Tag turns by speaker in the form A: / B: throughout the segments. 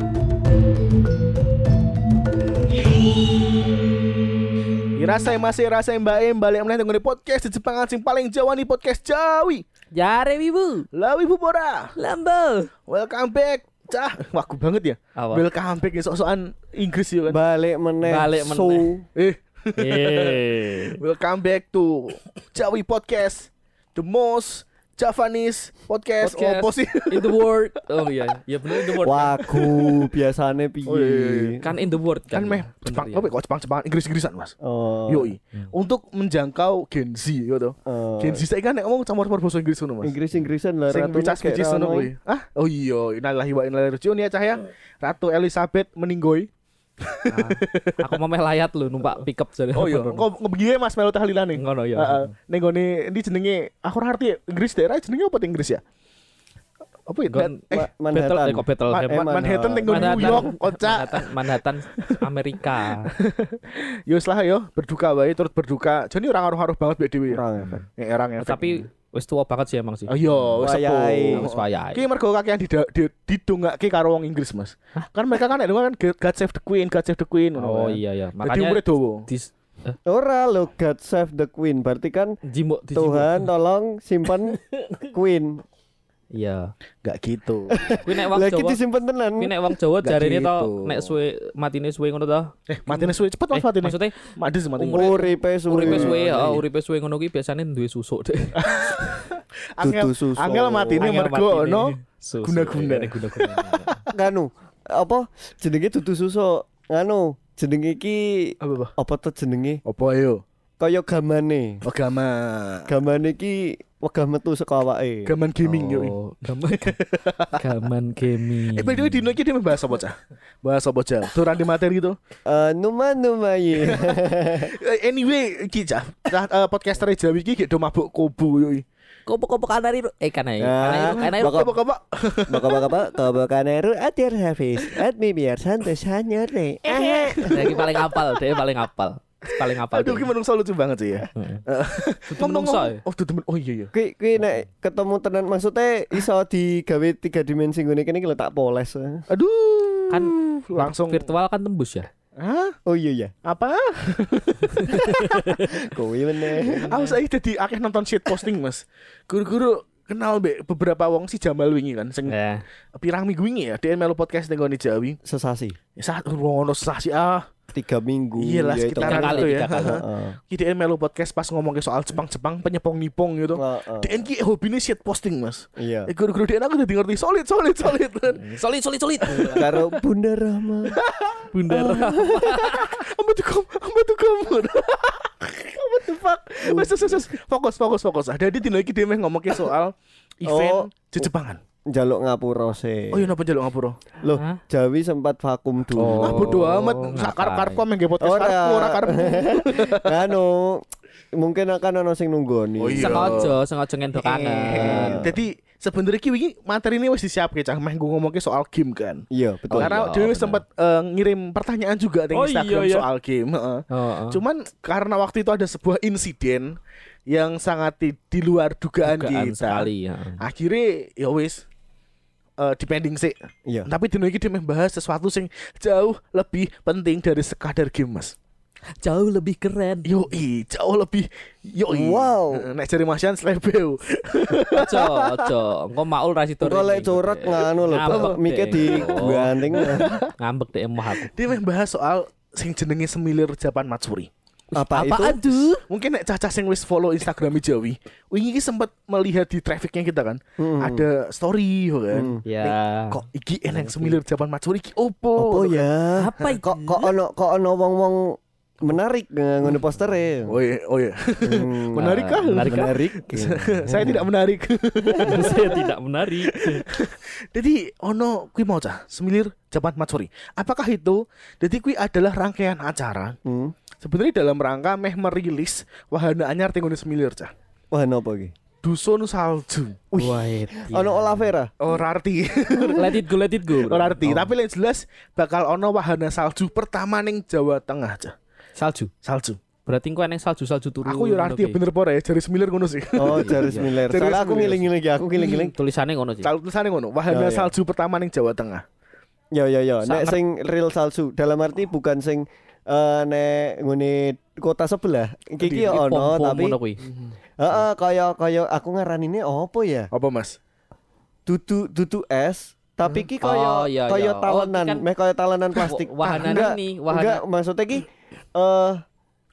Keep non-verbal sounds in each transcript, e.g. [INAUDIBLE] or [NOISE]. A: Hmm.
B: Rasai masih rasai mbak Em balik meneh dengan podcast di Jepang asing paling Jawa nih podcast Jawi.
C: Jare wibu,
B: Lawi Bubora.
C: lambo.
B: Welcome back. Cah, waku banget ya.
A: Apa?
B: Welcome back ya sok-sokan Inggris ya kan.
A: Balik meneh.
C: Balik
A: So,
C: meneh.
B: eh, iya.
A: Yeay.
B: welcome back to Jawi Podcast. The most Javanese podcast, Oh,
A: Podcast.
B: opo sih?
C: In the world,
A: Oh iya, ya bener in the world.
D: Waku biasane piye?
B: [LAUGHS] Oh, iya, iya, iya.
A: Kan in the world
B: kan
A: kan.
B: meh
A: Bener
B: Jepang,
A: ya. iya.
B: apa ya, kok Jepang-Jepang Inggris-Inggrisan, Mas.
D: Oh.
B: Yoi. Untuk menjangkau Gen Z gitu.
D: eh,
A: Oh,
B: Gen Z saiki kan nek ngomong campur-campur basa Inggris ngono, Mas.
D: Inggris-Inggrisan lah
B: sing
D: ratu
B: bicas
D: kayak
B: biji sono
D: rano.
B: kuwi. Ah, oh iya, innalillahi wa inna ilaihi rajiun ya Cahya. Ratu Elizabeth meninggoy.
A: Ah, Aku mau meh layat lu numpak pickup jadi.
B: Oh iya, engko ngebiye Mas melu tahlilane.
A: Ngono ya.
B: Heeh. Ning gone ndi jenenge aku ora ngerti Inggris daerah jenenge apa Inggris ya? Apa ya?
A: Gon-
B: Eh,
D: Ma-
A: Battle
D: Manhattan.
A: eh, kok Battle
B: Ma- Ma-
A: Hebat.
B: Manhattan
D: Manhattan.
B: ning gone New York, kocak.
A: Manhattan, Manhattan Amerika.
B: Yo wis lah yo, berduka wae turut berduka. Jadi orang ngaruh-ngaruh banget biar dhewe ya.
D: Kurang efek.
B: Ya orang efek.
A: Tapi wis tua banget sih emang sih.
B: Oh iya, wis
D: Wayahe.
B: sepuh.
A: Wis wayahe.
B: Ki mergo kakean dida- di didongake karo wong Inggris, Mas. Kan mereka kan nek dulu kan God Save the Queen, God Save the Queen ngono
A: Oh
B: kan.
A: iya ya.
B: Jadi umure
A: Makanya
B: dawa.
A: dis
D: Ora lo God save the Queen berarti kan
A: jimuk di
D: Tuhan tolong
B: [LAUGHS]
D: simpen Queen.
A: Iya.
B: Gak gitu.
A: Kuwi nek wong
D: Lagi
A: Jawa.
D: disimpen tenan.
A: Kuwi nek wong Jawa
B: Nggak
A: jarene to
B: gitu.
A: nek suwe matine suwe ngono to.
B: [LAUGHS] eh, matine suwe cepet Mas
A: Eh,
B: matine.
A: maksudnya
B: Madis mati.
A: umur-
D: Uripe
A: uripe
D: suwe.
A: suwe,
B: Iya,
A: heeh,
B: iya.
A: uripe suwe oh, ngono kuwi biasane duwe susuk [LAUGHS] deh.
B: Angel,
D: Dudu susu.
B: angel matine
A: Angel
B: mergo
A: matine.
B: ono
A: Susuk,
B: guna-guna.
A: iya, guna-guna.
D: Kanu apa jenenge dudu suso? Nganu jenenge iki
B: apa apa?
D: apa tuh jenenge?
B: Apa ayo?
D: Kaya gamane.
B: Agama.
D: Gamane iki wegah metu saka awake.
B: Gaman gaming yo. [LAUGHS]
A: Oh, gaman [LAUGHS] gaman gaming.
B: Eh, by the way, dino iki dia membahas apa, Cah? Bahas apa, Cah? Turan di materi gitu. itu.
D: Eh, Numa numa ye.
B: Eh, Anyway, iki, Cah. Cah, eh, podcaster Jawi iki gek do mabuk kobu yo.
C: kopo-kopo kanari, eh
A: kan
C: kanai,
D: Nah,
C: kanai, kanai,
D: bakal-
B: Apa-apa?
D: Baka baka baka baka kaneru atir hafiz Admi biar santai sanyore Aha.
A: [LAUGHS] Lagi paling apal, dia paling apal. Paling apal.
B: Aduh, iki menungso lucu banget sih ya. [LAUGHS] Ngomong-
A: menungso,
B: ngomong-
A: ya?
B: Oh, dudu men- Oh iya iya.
D: Kui kui nek ketemu tenan maksudnya iso digawe tiga dimensi ngene kene iki lho tak poles.
B: Aduh.
A: Kan
B: langsung
A: virtual kan tembus ya.
B: Hah?
D: Oh iya ya.
B: Apa?
D: Kui meneh.
B: Aku saiki dadi akeh nonton shit posting, Mas. Guru-guru kenal be beberapa wong si Jamal wingi kan sing
A: Ya.
B: pirang minggu wingi ya dia melu podcast ning ngone Jawi. Ya,
D: Sesasi.
B: Saat ngono sah sih ah.
D: Tiga minggu.
B: Iya lah
D: ya itu.
B: sekitaran
A: Tiga kali,
B: itu ya.
A: tiga kali.
D: Heeh.
B: [LAUGHS] Ki dia melu podcast pas ngomong soal Jepang-Jepang penyepong-nipong gitu.
D: Heeh.
B: DN ki hobine shit posting, Mas.
D: Iya.
B: Eh guru-guru DN aku udah ngerti solid solid solid.
A: Iya. Ya.
C: solid, solid, solid.
D: Karo Bunda Rama.
A: Bundar.
B: [LAUGHS] Ambe tuh kamu, ambe tuh kamu. [LAUGHS] Ambe tuh fuck.
A: Iya.
B: Mas, mas, mas, fokus fokus fokus. Ada di dino iki dia meh ngomong soal
A: Oh.
B: event di Jepangan.
D: Jaluk ngapura se.
B: Oh iya napa njaluk ngapura?
D: Loh,
A: Hah?
D: Jawi sempat vakum
A: Oh.
B: Lah Ah,
D: dulu.
B: bodo amat
A: ngapain. Iya.
B: sakar karepku meh nggih podcast
D: Ora.
B: karepku ora
A: [LAUGHS]
B: karepku.
D: [LAUGHS] Anu mungkin akan ono sing nunggoni.
B: Oh, iya.
A: Sengaja, sengaja ngendok
B: Eh,
A: kanan.
B: Jadi sebenarnya iki wingi materi ini wis disiapke cah meh gue ngomongke soal game kan.
D: Iya, betul.
B: karena
A: iya,
B: dia
A: benar.
B: sempat eh, ngirim pertanyaan juga di
A: Oh,
B: Instagram
A: iya, iya.
B: soal game. heeh.
A: Heeh.
B: Cuman karena waktu itu ada sebuah insiden yang sangat di, di luar dugaan,
A: Dugaan
B: kita.
A: sekali ya.
B: Akhirnya ya wis eh, depending sih.
D: Iya.
B: Tapi dino iki dia membahas sesuatu yang jauh lebih penting dari sekadar game, Mas.
C: Jauh lebih
A: Iya,
C: keren.
B: Yoi, jauh lebih yoi.
D: Wow.
B: Heeh, Nek jari Masian slebeu.
A: Ojo, ojo. Engko maul ra sido.
D: Engko lek
A: rene.
D: coret nganu lho,
A: Ngambek
D: Pak. Mike
A: deh.
D: di
A: Oh. [LAUGHS]
D: banting.
A: Ngambek deh emoh aku.
B: Dia membahas soal sing jenenge semilir Japan Matsuri.
D: Apa itu?
C: Apaan tuh?
B: mungkin nek caca sing wis follow Instagram Jawi, wingi iki sempat melihat di trafficnya kita kan,
D: Hmm.
B: ada story yo kan.
A: Ya.
B: Kok iki eneng semilir Japan Matsuri iki opo?
D: Apa ya?
C: Apa itu?
D: Kok kok ono kok ono wong-wong menarik eh, ngene postere.
B: Oh iya, oh iya.
D: Hmm.
B: Menarik kah?
A: Menarik kah?
D: Menarik.
B: [LAUGHS] Saya tidak menarik.
A: [LAUGHS]
B: [LAUGHS]
A: Saya tidak menarik.
B: Jadi ono kui mau cah semilir Japan Matsuri. Apakah itu? Jadi kui adalah rangkaian acara.
D: Hmm.
B: Sebenarnya dalam rangka meh merilis wahana anyar tenggone semilir cah.
D: Wah, nopo iki?
B: Dusun salju.
A: Wah, itu. ya.
D: Ono Olavera.
B: Oh, Ora arti.
A: Let it go, let it go. bro.
B: Ora arti.
A: Oh.
B: Tapi yang jelas bakal ono wahana salju pertama ning Jawa Tengah cah.
A: salju.
B: Salju.
A: Berarti engko eneng salju-salju turu.
B: Aku yo ora
A: ngono
B: ngerti ya
A: ki.
B: bener apa ora ya, Jari Miller ngono sih. [LAUGHS]
D: Oh, Jaris Miller.
B: Jairus
D: Soalnya aku
B: Miller.
D: ngiling-ngiling ya, aku ngiling-ngiling.
A: Tulisannya ngono sih.
B: Kalau tulisannya ngono, wahana
D: Ya, ya.
B: salju pertama ning Jawa Tengah.
D: Yo yo yo, nek
A: Sangat-
D: sing real salsu dalam arti bukan sing eh nek ngene kota sebelah. Iki ki
B: Di-
D: yo ono
A: Pom-pom
D: tapi
A: ngono kuwi.
D: heeh kaya kaya aku ngaraninnya opo ya?
B: Apa Mas?
D: Dudu dudu es tapi ki
A: Oh,
D: kaya
A: iya, iya.
D: kaya
A: Oh,
D: talenan,
A: ki kan-
D: meh kaya talenan plastik.
A: wahana ini, wahana-
D: Enggak, maksudnya ki eh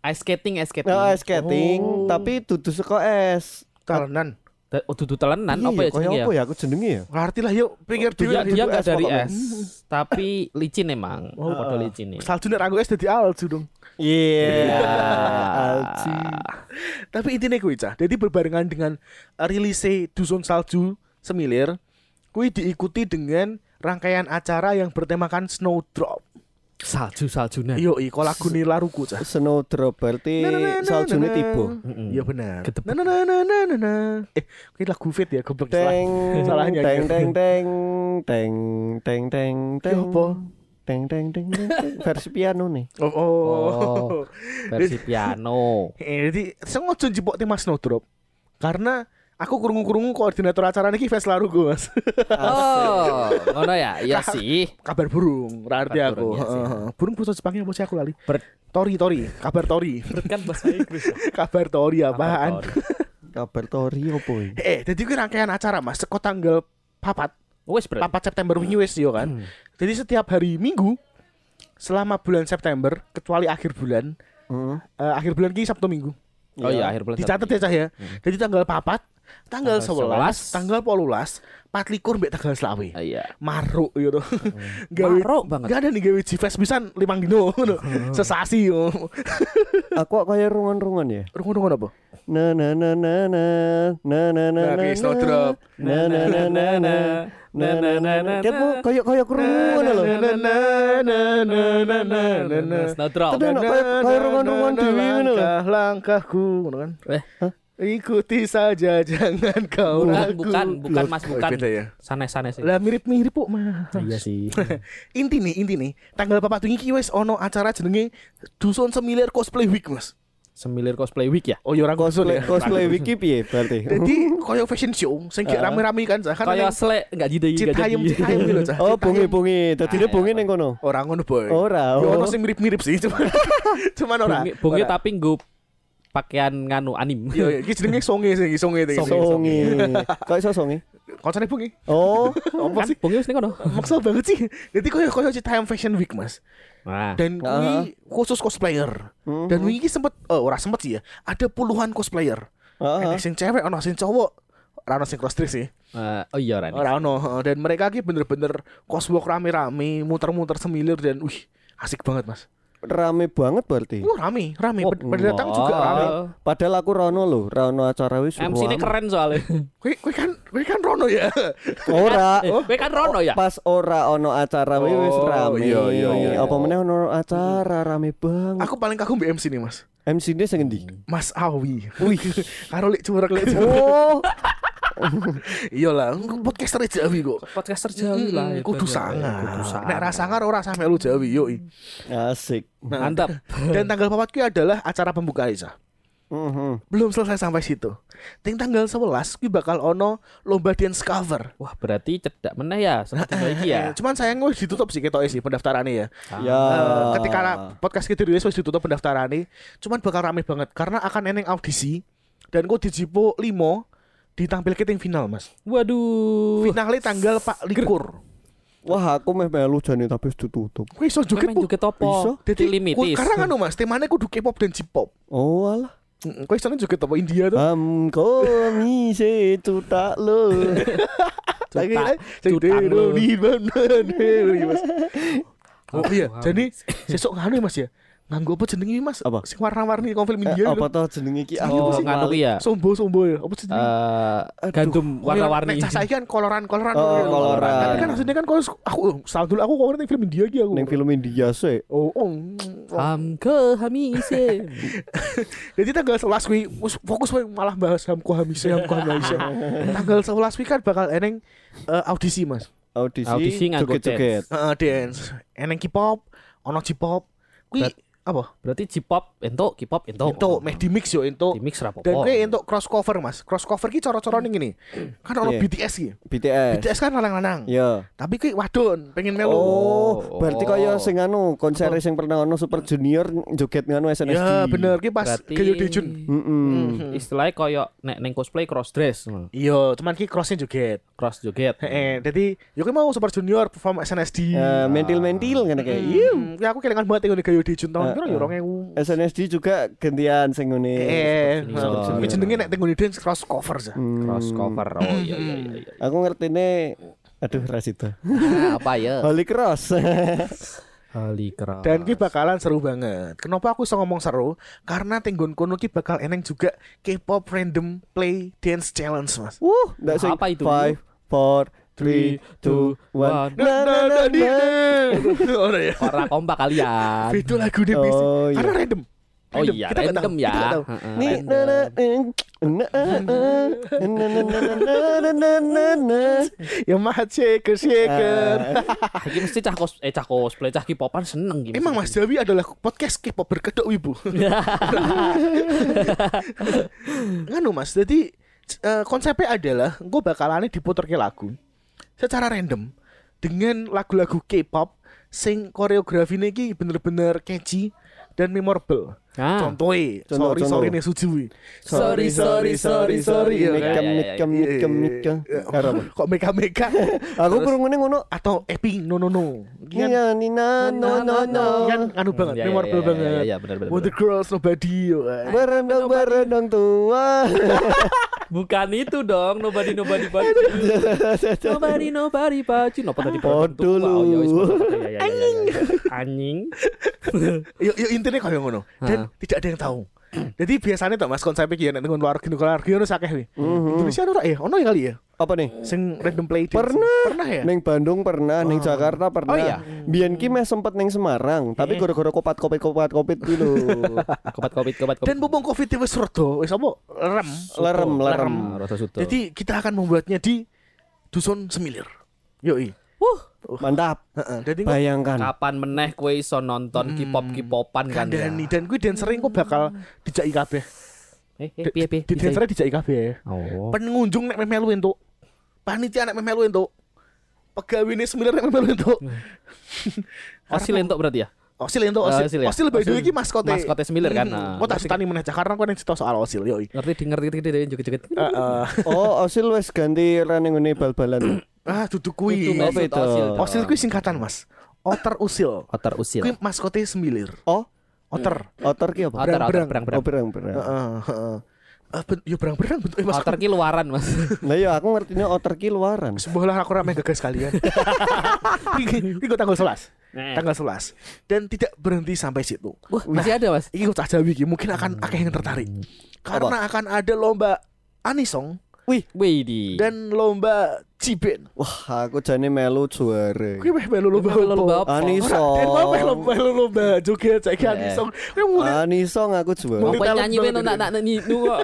A: Ice skating, ice skating.
D: nah, es skating
B: Oh.
D: tapi dudu seko es.
B: Talenan.
A: Da- Oh, dudu telenan
D: Iya,
A: apa ya
D: kaya
A: jenenge ya?
D: apa ya aku jenenge ya?
B: Ngerti lah yuk, pikir dhewe.
A: Dia dia
D: Dudu
A: nggak
D: es
A: dari
D: pokoknya.
A: es, tapi licin emang. Oh, padha licin nih.
B: Salju nek aku es dadi alju dong.
D: Iya.
A: Ya. Alci.
B: Tapi intinya kuwi cah. Jadi berbarengan dengan rilisnya Dusun Salju Semilir, kuwi diikuti dengan rangkaian acara yang bertemakan Snowdrop.
A: Salju-saljunan.
B: Yo, iko lagu Laruku cah.
D: Snowdrop berarti
A: Nah,
B: Na, na, na, na,
D: saljune
B: na.
D: tiba.
A: Mm-mm.
B: nah, Iya benar.
A: Ketepet.
B: Na, na, na, na, na, na, na. Eh, kuwi lagu fit ya goblok salah. ya.
D: Teng
B: Salah nyanyi.
D: teng teng teng teng teng teng teng.
B: Ya apa?
D: Teng teng teng teng, teng. versi piano nih.
B: Oh, oh.
A: Oh, versi piano.
B: [LAUGHS] Eh, jadi sengaja jebok tema Snowdrop karena aku kurungu-kurungu koordinator acara ini Fes Laruku mas. [LAUGHS]
A: Oh, ngono ya? Iya sih.
B: kabar burung, berarti
A: Kabar
B: aku.
A: burung, iya sih.
B: Heeh. burung bahasa Jepangnya apa sih aku lali?
A: Ber-
B: Tori, tori, kabar tori, [LAUGHS]
A: Kan bahasa Inggris.
B: kabar tori apaan?
D: Kabar Tori opo iki?
B: Eh, jadi gue rangkaian acara mas, seko tanggal papat,
A: Wes berarti.
B: papat September wingi wis yo kan. Jadi setiap hari Minggu selama bulan September kecuali akhir bulan,
D: Heeh.
B: eh, akhir bulan ki Sabtu Minggu.
A: Oh iya, akhir bulan.
B: Dicatat ya cah ya. Jadi tanggal papat, tanggal
A: Tanggal
B: 11, tanggal
A: 11,
B: 18, 24 mbek tanggal selawe.
A: Ah, Iya.
B: Maruk [LAUGHS] gitu. Gawe
A: Marok banget.
B: Gak ada nih gawe G-Fest pisan limang dino [LAUGHS] ngono. Sesasi yo.
D: Aku kok kaya rungon-rungon ya.
B: Rungu-rungu apa?
D: Na na na na na na na na na.
B: Lagi
D: na.
B: Snowdrop.
D: Na na na na na na na na na. Tiapmu kaya kaya kerungan lho.
A: Snowdrop.
D: Tapi enak, kayak- kayak rungu-runguan dewe ngono lho.
B: Langkah langkahku ngono kan.
A: Eh,
B: Ikuti saja [LAUGHS] jangan kau
A: bukan,
B: ragu.
A: bukan, bukan Mas,
B: Oh,
A: bukan.
B: beda ya.
A: Sanes-sanes sih.
B: Lah mirip-mirip kok mah.
A: Iya sih.
B: inti nih, inti nih. Tanggal papat wingi ki wis ono acara jenenge Dusun Semilir Cosplay Week, Mas.
A: Semilir cosplay week ya.
B: Oh, ya orang dusun
D: Cosplay,
B: ya.
D: cosplay wiki piye berarti?
B: Jadi koyo fashion show sing gak rame-rame kan kan
A: Kayak selek enggak jadi enggak
B: Citayam
A: jadi.
B: Citayam gitu cah.
D: [LAUGHS] Oh,
B: Citayam.
D: bungi-bungi. Tadi
A: Ah,
D: bungi
A: iya,
D: ning kono.
B: Ora ngono boy.
D: Ora,
B: Ya ono
D: oh.
B: sing mirip-mirip sih [LAUGHS] cuman cuman ora.
A: Bungi- Bungi
B: Ora.
A: tapi nggo pakaian nganu anim.
B: Yo yo iki jenenge songe sing songe iki.
D: Songi. Kok iso songi?
B: Kocone bungi.
D: [LAUGHS] Oh,
B: Apa sih?
A: Bungi wis ning kono.
B: Maksa banget sih. Jadi koyo koyo Citayam Fashion Week, Mas.
A: Nah,
B: Dan
D: Aha.
B: kuwi khusus cosplayer. Dan
D: Mhm.
B: wingi iki sempet eh ora sempet sih ya. Ada puluhan cosplayer.
D: Heeh.
B: Ada sing cewek, ono sing cowok. Ora ono sing cross dress sih.
A: eh, oh iya Rani.
B: Ora ono. heeh. Dan mereka iki bener-bener cosplay rame-rame, muter-muter semilir dan wih, asik banget, Mas.
D: rame banget berarti.
B: Wah, rame, rame.
A: Oh,
B: Ped- Pendatang juga
A: wow.
B: rame.
D: Padahal aku Rono loh, Rono acara wis
A: MC ini keren soalnya.
B: Kowe kowe kan kowe kan Rono ya.
D: Hmm. Ora,
A: Eh, kowe kan Rono ya?
D: pas ora ono acara wis wis
B: iya. Oh,
D: rame.
B: iya, iya, iya.
D: Apa meneh ono acara rame banget.
B: Aku paling kagum BMC nih, Mas.
D: MC ini sing endi?
B: Mas Awi. Wih, karo lek curek.
D: Oh,
B: Iyalah, podcaster Jawi kok.
A: Podcaster Jawi lah.
B: Hmm,
A: itu.
B: Kudu
A: Kudu
B: sangar.
A: sangar.
B: Nek ra sangar ora sampe lu Jawi, yo.
D: asik.
B: Nah,
A: Mantap.
B: dan tanggal 4 kuwi adalah acara pembuka Isa.
D: Mhm.
B: Belum selesai sampai situ. Ting tanggal 11 kuwi bakal ono lomba dance cover.
A: Wah, berarti cedak meneh ya seperti lagi ya.
B: Eh, Cuman sayang wis ditutup sih ketoke sih pendaftarannya ya.
D: Ya.
B: Eh, ketika ra- podcast kita dirilis wis ditutup pendaftaran nih cuman bakal rame banget karena akan eneng audisi dan gue dijipo limo ditampil ke yang final mas
A: Waduh.
B: finalnya tanggal pak likur
D: Wah, aku meh melu jane tapi wis ditutup.
B: gue iso joget
A: Joget
B: bu
A: joget apa?
D: Bisa.
B: jadi
A: limitis.
B: ku- karena kan mas temanya kudu K-pop dan J-pop
D: Oh alah.
B: gue iso joget apa India
D: Ah,
B: tuh
D: Am komi se tuta lo.
B: Lagi-
A: Cuta-
B: Jadi-
A: cutang lu.
B: di mana [LAUGHS] nih, Mas? Oh iya,
A: Wow.
B: jadi sesok nganu ya, Mas ya. Nganggo apa jenenge Mas?
D: Apa?
B: Sing warna-warni konfilm
D: Eh,
B: India.
D: Apa
B: gitu.
D: tau jenenge ki?
A: Oh,
D: Aku
A: nganu
D: lali.
A: ya.
B: Sombo-sombo ya. Apa jenenge?
A: Eh, gandum warna-warni.
B: Nek cah saiki kan koloran-koloran.
D: Oh,
B: gitu.
D: koloran.
B: Tapi kan aslinya kan kalau aku salah dulu aku kemarin film India iki aku.
D: Ning film India sih.
B: Oh, oh.
A: Ham ke hamise.
B: Jadi tanggal 11 kuwi wis fokus kuwi malah bahas hamku hamise hamku hamise.
D: [LAUGHS]
B: tanggal 11 kuwi kan bakal eneng eh, audisi Mas.
D: Audisi,
A: Audisi nganggo
D: joget-joget.
B: Heeh, dance. Eneng K-pop, ono J-pop. Kuwi
A: Ber-
B: eh, apa?
A: Berarti J-pop entuk, K-pop
D: Oh.
A: entuk.
B: Entuk meh di mix yo entuk.
A: Di mix rapopo.
B: Dan kowe entuk cross cover, Mas. Cross cover ki cara-cara ning ngene. Kan ono
D: Iya.
B: BTS ki.
D: BTS.
B: BTS kan lanang-lanang.
D: Yo.
B: Tapi ki wadon pengen melu.
D: Oh,
A: Oh.
D: berarti kaya sing anu konser sing pernah ono Super Junior joget anu nganu SNSD.
B: Ya bener ki pas
A: Berarti- Hmm.
B: Gayo Dejun.
D: Mm-mm.
A: Istilahnya koyo nek ning cosplay cross dress,
B: Iya, cuman ki crossnya joget.
A: cross joget.
B: Heeh, jadi yo ki mau Super Junior perform SNSD.
D: Hmm. Eh, Mentil-mentil ngene kayak.
B: Hmm,
D: Iya.
B: ya aku kelingan banget ngono Gayo Dejun tahun
D: Eh,
B: piro
D: eh.
B: yo 2000.
D: SNSD juga gantian sing ngene.
B: Eh,
A: Junior.
B: tapi jenenge nek teng ngene dance cross cover sah.
D: Hmm.
A: Cross cover. Oh iya iya iya. iya.
D: Aku ngertine aduh Rasito.
C: Nah, apa ya?
B: [LAUGHS]
D: Holy Cross. [LAUGHS]
A: Halikra.
B: Dan ki bakalan seru banget. Kenapa aku bisa ngomong seru? Karena tenggon kono ki bakal eneng juga K-pop random play dance challenge, Mas.
D: Wuh, ndak sing
A: Apa itu?
D: 5 4 3 2 1.
B: Na na na di [LAUGHS] na. Ora ya.
A: Ora kompak kalian.
B: Itu lagu di bis.
D: Oh, iya.
B: Karena random.
A: Oh iya,
B: Kita nggak
A: random
B: tahu,
A: ya.
B: kita nggak tahu.
A: Heeh,
D: Ni-
A: random.
D: na- na- eng- na- eh, eh, na- na- na- na- na- na- na- na.
B: Ya mahat shaker shaker.
D: Ah,
A: Iki mesti cah kos eh cah cosplay cah K-popan seneng gitu.
B: Emang Mas Jawi adalah podcast K-pop berkedok [LAUGHS] wibu. Nganu Mas, jadi eh, konsepnya adalah gue bakalannya diputer ke lagu secara random dengan lagu-lagu K-pop sing koreografi iki bener-bener catchy dan memorable.
A: Ah.
B: Contohnya, sorry
D: Contoh, contoh.
B: sorry nih suju.
C: Sorry, sorry, sorry, sorry.
B: Iya,
D: Nikem,
A: iya, iya,
D: nikem, nikem, nikem. Karo apa?
B: Eh, Kok mega
D: [LAUGHS]
B: mega?
D: Aku kurungune ngono.
B: Atau Epi no no no. Kan
D: Nina, nina, no, no, no.
B: kan anu banget,
A: Iya, iya,
B: memorable
A: iya, iya,
B: banget.
A: iya, benar, benar,
B: With the girls nobody.
A: [LAUGHS]
B: yo, kan.
D: Berendang, berendang tua.
A: Bukan itu dong, nobody nobody
B: [LAUGHS]
A: but you. nobody nobody but you. Napa tadi
D: Pot
A: produk? Wow, ya wis,
D: dulu.
A: produk. Ya, ya, ya, ya, ya, ya. Anjing.
B: Yo, yo intinya kaya ngono
A: Ah.
B: dan tidak ada yang tahu. Jadi biasanya tuh mas ya, konsepnya kian dengan luar gini luar gini sakeh wi.
D: Mhm.
B: Indonesia ono ra ya, ono ya kali ya.
D: Apa nih?
B: Sing random play dance.
D: Pernah.
B: pernah ya.
D: Neng Bandung pernah, neng Jakarta pernah.
A: Oh, iya?
D: Biyen ki meh sempet neng Semarang, tapi gara-gara kopat kopit kopat kopit dulu.
A: Kopat kopit kopat kopit.
B: Dan mumpung covid itu wis reda, wis apa rem.
D: lerem, lerem.
A: Ah, rasa suto.
B: Jadi kita akan membuatnya di dusun semilir. Yoi.
D: Mantap.
B: Heeh. Jadi kok
D: Bayangkan.
A: kapan meneh kowe iso
B: Hmm.
A: nonton K-pop K-popan kan ya?
B: kandani dan gue dancerin kok bakal dijaki kabeh.
A: Eh, Hmm. eh,
B: Di-
A: piye piye.
B: Di dancernya dijaki kabeh. ya.
A: Oh.
B: pengunjung nek memelu entuk panitia nek memelu entuk pegawai ini semilir nek memelu entuk
A: Hmm. Osil entuk berarti ya?
B: osil entuk
A: Oh,
B: osil
A: Osil
B: osil,
A: ya?
B: by the way
A: Osil.
B: iki maskote
A: Maskote semilir kan, nah.
B: oh tak citani meneh Cak, karena aku neng cerita soal osil yo
A: Ngerti di ngerti ngerti ngerti, joget-joget. Hmm.
B: Heeh.
D: [LAUGHS] Oh, Osil wes ganti rene ngene bal-balan.
B: ah duduk
A: Itu
B: kuwi
D: Mas.
A: maksud
D: itu?
A: Osil. dong.
B: osil kuwi singkatan mas otter usil
A: Otter usil.
B: kuwi maskote semilir
D: Oh,
B: otter
D: otor ki apa?
B: Otter.
A: Otter otter
B: berang.
A: berang berang.
D: Oh, berang, berang.
B: Heeh, heeh. Ah, ben- yo berang-berang bentuknya mas
A: Otter ki luaran,
B: [LAUGHS]
A: Mas. Nah.
D: Lah ya aku ngertine otor ki luaran.
B: Sembahlah aku ramai gagas kalian Ini gue tanggal 11 Tanggal 11 Dan tidak berhenti sampai situ Nah,
A: Eh. Wah, masih ada, Mas.
B: Iki tak jawi iki mungkin akan akeh yang tertarik. Karena akan ada lomba anisong
A: Wih, wih di.
B: dan lomba ciben.
D: Wah, aku jane melu juara.
B: Kuwi meh melu lomba
A: Melu lomba apa?
D: Iya. Anisong.
B: Dan kok meh lomba melu lomba joget saiki anisong. Kuwi mulai
D: Ah. Anisong aku juara.
B: Mulai-
A: Apa yang nyanyi
B: Talent
A: men nak nak nak nyanyi
B: [LAUGHS]
A: nu kok.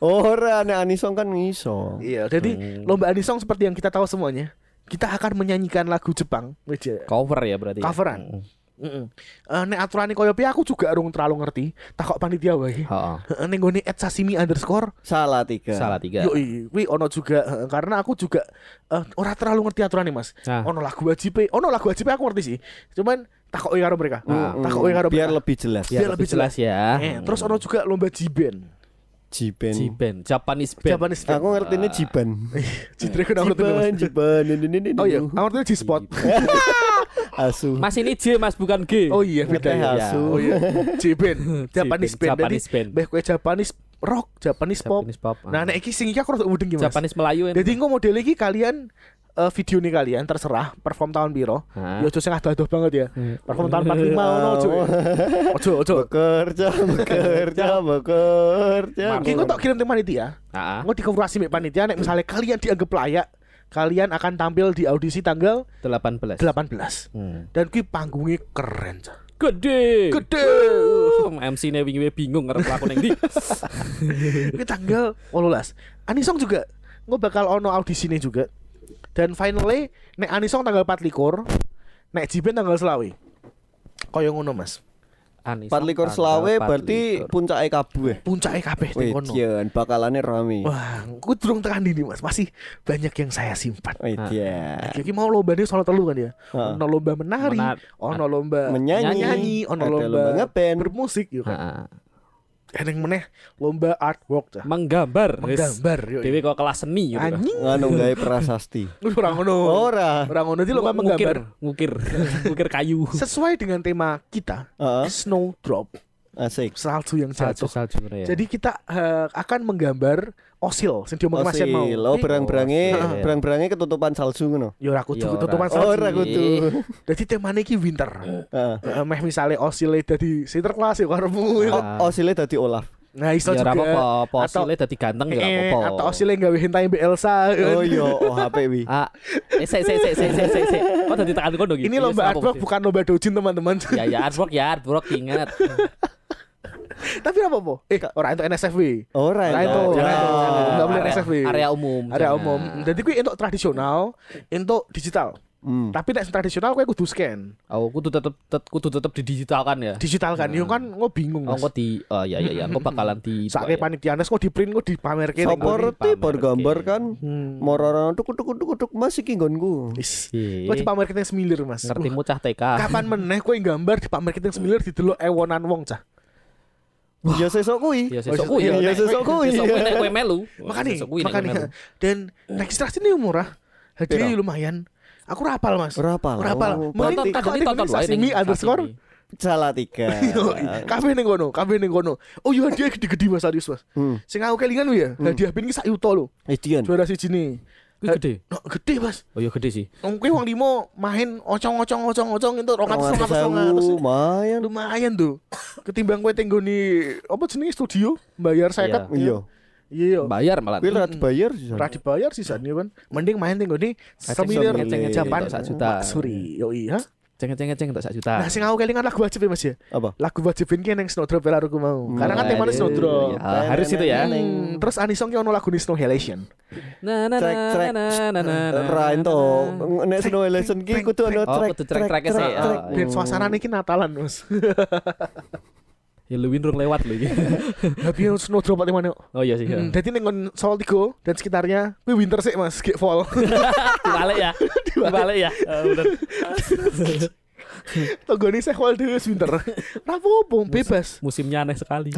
D: Ora nek Anisong kan ngisong.
B: Iya, jadi lomba anisong seperti yang kita tahu semuanya, kita akan menyanyikan lagu Jepang. Wih,
A: cover ya berarti. ya?
B: Coveran.
A: Mm.
B: Heeh. Eh, nek aturane koyo piye aku juga arung terlalu ngerti. Takok panitia wae.
A: Heeh.
B: Heeh, Ning gone @sashimi underscore
D: Salah
B: Ya.
D: tiga.
A: Salah tiga.
B: Yo kuwi ono juga eh, karena aku juga eh, ora terlalu ngerti aturannya Mas.
A: Ah.
B: Ono lagu wajib, e, ono lagu wajib aku ngerti sih. Cuman takoki karo mereka.
A: Ah.
B: Hmm, Takoki karo
D: biar
B: mereka.
D: lebih jelas.
B: biar lebih jelas.
A: ya.
B: Eh, terus ono juga lomba jiben.
D: Jiben.
A: Jiben, Japanese band.
B: Japanese band.
D: Aku ngerti ini Jiben.
B: [LAUGHS] Jiben Iya, aku ngerti Mas.
D: Jiben. ini, ini, ini,
B: Oh iya,
D: ini.
B: aku ngerti di spot.
D: Asu.
A: Mas ini J Mas bukan G.
B: Oh iya, beda ya.
D: Asu.
B: Oh iya,
A: [LAUGHS]
B: jiben. Japanese band. Jadi
A: Japanese band.
B: mbeh kowe Japanese rock, Japanese pop.
A: Japanese pop, ah.
B: Nah, nek iki sing iki aku rada mudeng iki, Mas.
A: Japanese Melayu
B: Jadi engko model iki kalian eh, video nih kalian terserah perform tahun piro.
A: Hah?
B: Ya ojo sing adoh-adoh banget ya. Perform tahun 45 ngono ojo. Ojo ojo.
D: Bekerja,
B: [LAUGHS]
D: bekerja, bekerja.
B: Ki kok tak Nah, kirim tim panitia.
A: Heeh.
B: Engko dikonfirmasi mbek panitia nek misalnya kalian dianggap layak, kalian akan tampil di audisi tanggal 18.
A: 18. Hmm.
B: Dan kuwi panggungnya keren. Cah.
A: Gede. Uh,
B: Gede.
A: MC ne wingi bingung ngarep aku
B: [LAUGHS]
A: ning ndi.
B: Kuwi tanggal 18. Anisong juga engko bakal ono audisine juga. Dan finally nek Anisong tanggal 24, nek Jiben tanggal selawi. Koyo ngono Mas.
D: Patlikur Slawe berarti puncake kabeh.
B: puncaknya kabeh teng kono.
D: Widian bakalane rame.
B: Wah, aku durung tekan dini Mas. Masih banyak yang saya simpan.
D: Widian.
B: Iki mau lomba ini soal telu kan ya. Nah.
D: Heeh.
B: Ono lomba menari,
A: Menar-
B: ono lomba
D: Menyanyi,
B: nyanyi, ono
D: ada
B: lomba,
D: lomba ngeband.
B: bermusik yo kan. Eneng meneh lomba artwork ta.
A: menggambar.
B: Menggambar yo.
A: Dewi kok kelas seni gitu.
B: Anjing.
D: Nganu gawe
B: [LAUGHS]
D: prasasti.
B: Ora ngono.
D: Ora.
B: Ora ngono iki lomba
A: Ngukir,
B: menggambar.
A: ngukir, [LAUGHS] ngukir
B: [LAUGHS]
A: kayu.
B: Sesuai dengan tema kita,
D: Heeh,
B: snowdrop,
D: asik.
B: salju yang jatuh.
A: salju ya.
B: Jadi kita eh, akan menggambar osil, sing diomong Mas Yan mau.
D: Asik. Lo berang-berange,
B: Osil.
D: berang-berange ketutupan salju ngono. Oh,
B: Yo ora kudu
C: Ya ora.
B: tutupan salju.
D: Ora kudu.
B: Jadi temane iki winter.
D: Heeh.
B: Eh, meh misale osile dadi sinterklas ya karepmu. yo.
D: O- Osile dadi Olaf.
B: Nah, iso
C: Ah.
B: juga.
C: Ya ora apa-apa,
B: Atau-
C: posile dadi ganteng ya ora
B: Eh,
C: apa-apa.
B: atau osile gawe hentai Mbak Elsa.
D: Oh iya, OHP wi.
C: Ah,
A: eh sik sik sik sik sik sik. sik. Kok tadi tekan kono
B: [LAUGHS]
A: gitu?
B: Ini lomba
A: Iya,
B: artwork
A: apa,
B: bukan lomba dojin teman-teman.
C: Bos? Ya ya artwork ya artwork ingat.
B: [LAUGHS] Tapi apa po? Eh, orang itu NSFW.
D: Ora
B: Ora
D: itu.
B: itu,
D: Ora.
B: ora itu, jangan. Nggak boleh
C: Ya, Area-
B: NSFW.
C: Area umum.
B: Area
C: jangan.
B: umum. Jadi kuwi entuk tradisional, entuk digital.
D: Hmm.
B: Tapi nek sing tradisional kuwi kudu scan.
C: Oh, kudu tetep tet, kudu tetep didigitalkan ya.
B: Digital kan yo kan ngo bingung.
C: Oh, ya.
B: Mas.
C: kok di oh ya ya ya, kok bakalan di
B: Sakai panitianes kok di-print kok dipamerke. ning
D: Sopo
B: kono.
D: reti
C: pamer,
D: gambar kan
B: Hmm.
D: Mororo tuk tuk tuk tuk Mas iki nggonku.
B: Is. Kok
C: Kok
B: dipamerke nang semilir, Mas.
C: Iya. ngerti
B: Uh,
C: mucah TK.
B: Kapan meneh kowe gambar dipamerke nang semilir didelok ewonan wong cah.
D: Ya sesuk kuwi.
C: Ya sesuk
B: Oh,
C: kuwi.
B: iya,
D: iya, sesuk kuwi.
C: Sesuk kuwi nek kowe melu.
B: Makanya,
C: Sesuk kuwi nek kowe
B: makanya.
C: melu.
B: [LAUGHS] Dan registrasi ini murah. Hadiah lumayan. Aku rapal mas.
D: Ora apa.
B: Ora apal.
D: Berarti
B: Mending-
C: Tonton
B: Kok
C: tadi
B: ada
C: tonton
B: tulis
C: wae
B: sashimi
C: ning
B: underscore?
C: sashimi.
D: salah tiga.
B: [LAUGHS] Yoi. Kabeh ning kono, kabeh ning kono. Oh iya hadiah gede-gede Mas Arius, Mas.
D: Hmm.
B: Sing aku kelingan lho ya, hadiah pin iki sak yuto lho.
D: Eh Dian.
B: Juara siji ne.
A: Kuwi gede.
B: No, gede, Mas.
A: Oh iya gede sih.
B: Wong kuwi wong limo main ocong-ocong ocong-ocong itu 200 200 200.
D: lumayan.
B: Lumayan tuh. Ketimbang kowe tenggo ni apa jenenge studio bayar 50.
D: Iya.
B: Iya.
C: Bayar malah.
D: Kuwi ora dibayar. Jan.
B: Ora dibayar sisanya kan. Mending main tenggo ni semilir
D: semilir, ceng,
B: jaman
C: ceng, sak juta.
B: Mak Suri. Yo iya.
C: Ceng-ceng-ceng entuk sak juta.
A: Ah.
B: Nah, sing aku kelingan lagu wajib ya, Mas ya.
D: Apa?
B: Lagu wajibin ki neng Snowdrop ya aku
A: Hmm,
B: mau. Karena kan temanya
A: iya,
C: Aduh,
B: Snowdrop.
C: ya, harus itu ya.
B: Hmm, terus Anisong ki ono lagu ni Snow Halation.
A: Na na
D: Track,
A: na
D: track.
A: na na na
D: [LAUGHS]
A: na.
D: Ora ento. oh. Nek Snow Election ki kudu ono
C: Oh,
D: track.
C: kudu track-track sih, ya.
D: track.
B: Dan suasana niki Natalan, Mas.
A: Ya Lewin rung lewat lho iki.
B: Tapi yang Snowdrop paling mana?
A: [LAUGHS] Oh iya sih. ya.
B: Hmm, [LAUGHS] Jadi ning kon Solo Tigo dan sekitarnya, kuwi winter sih, Mas, gek fall.
A: Dibalik ya. Dibalik ya. Eh, bener.
B: Tonggone sih fall terus winter. Rapopo bebas.
A: Musimnya aneh sekali.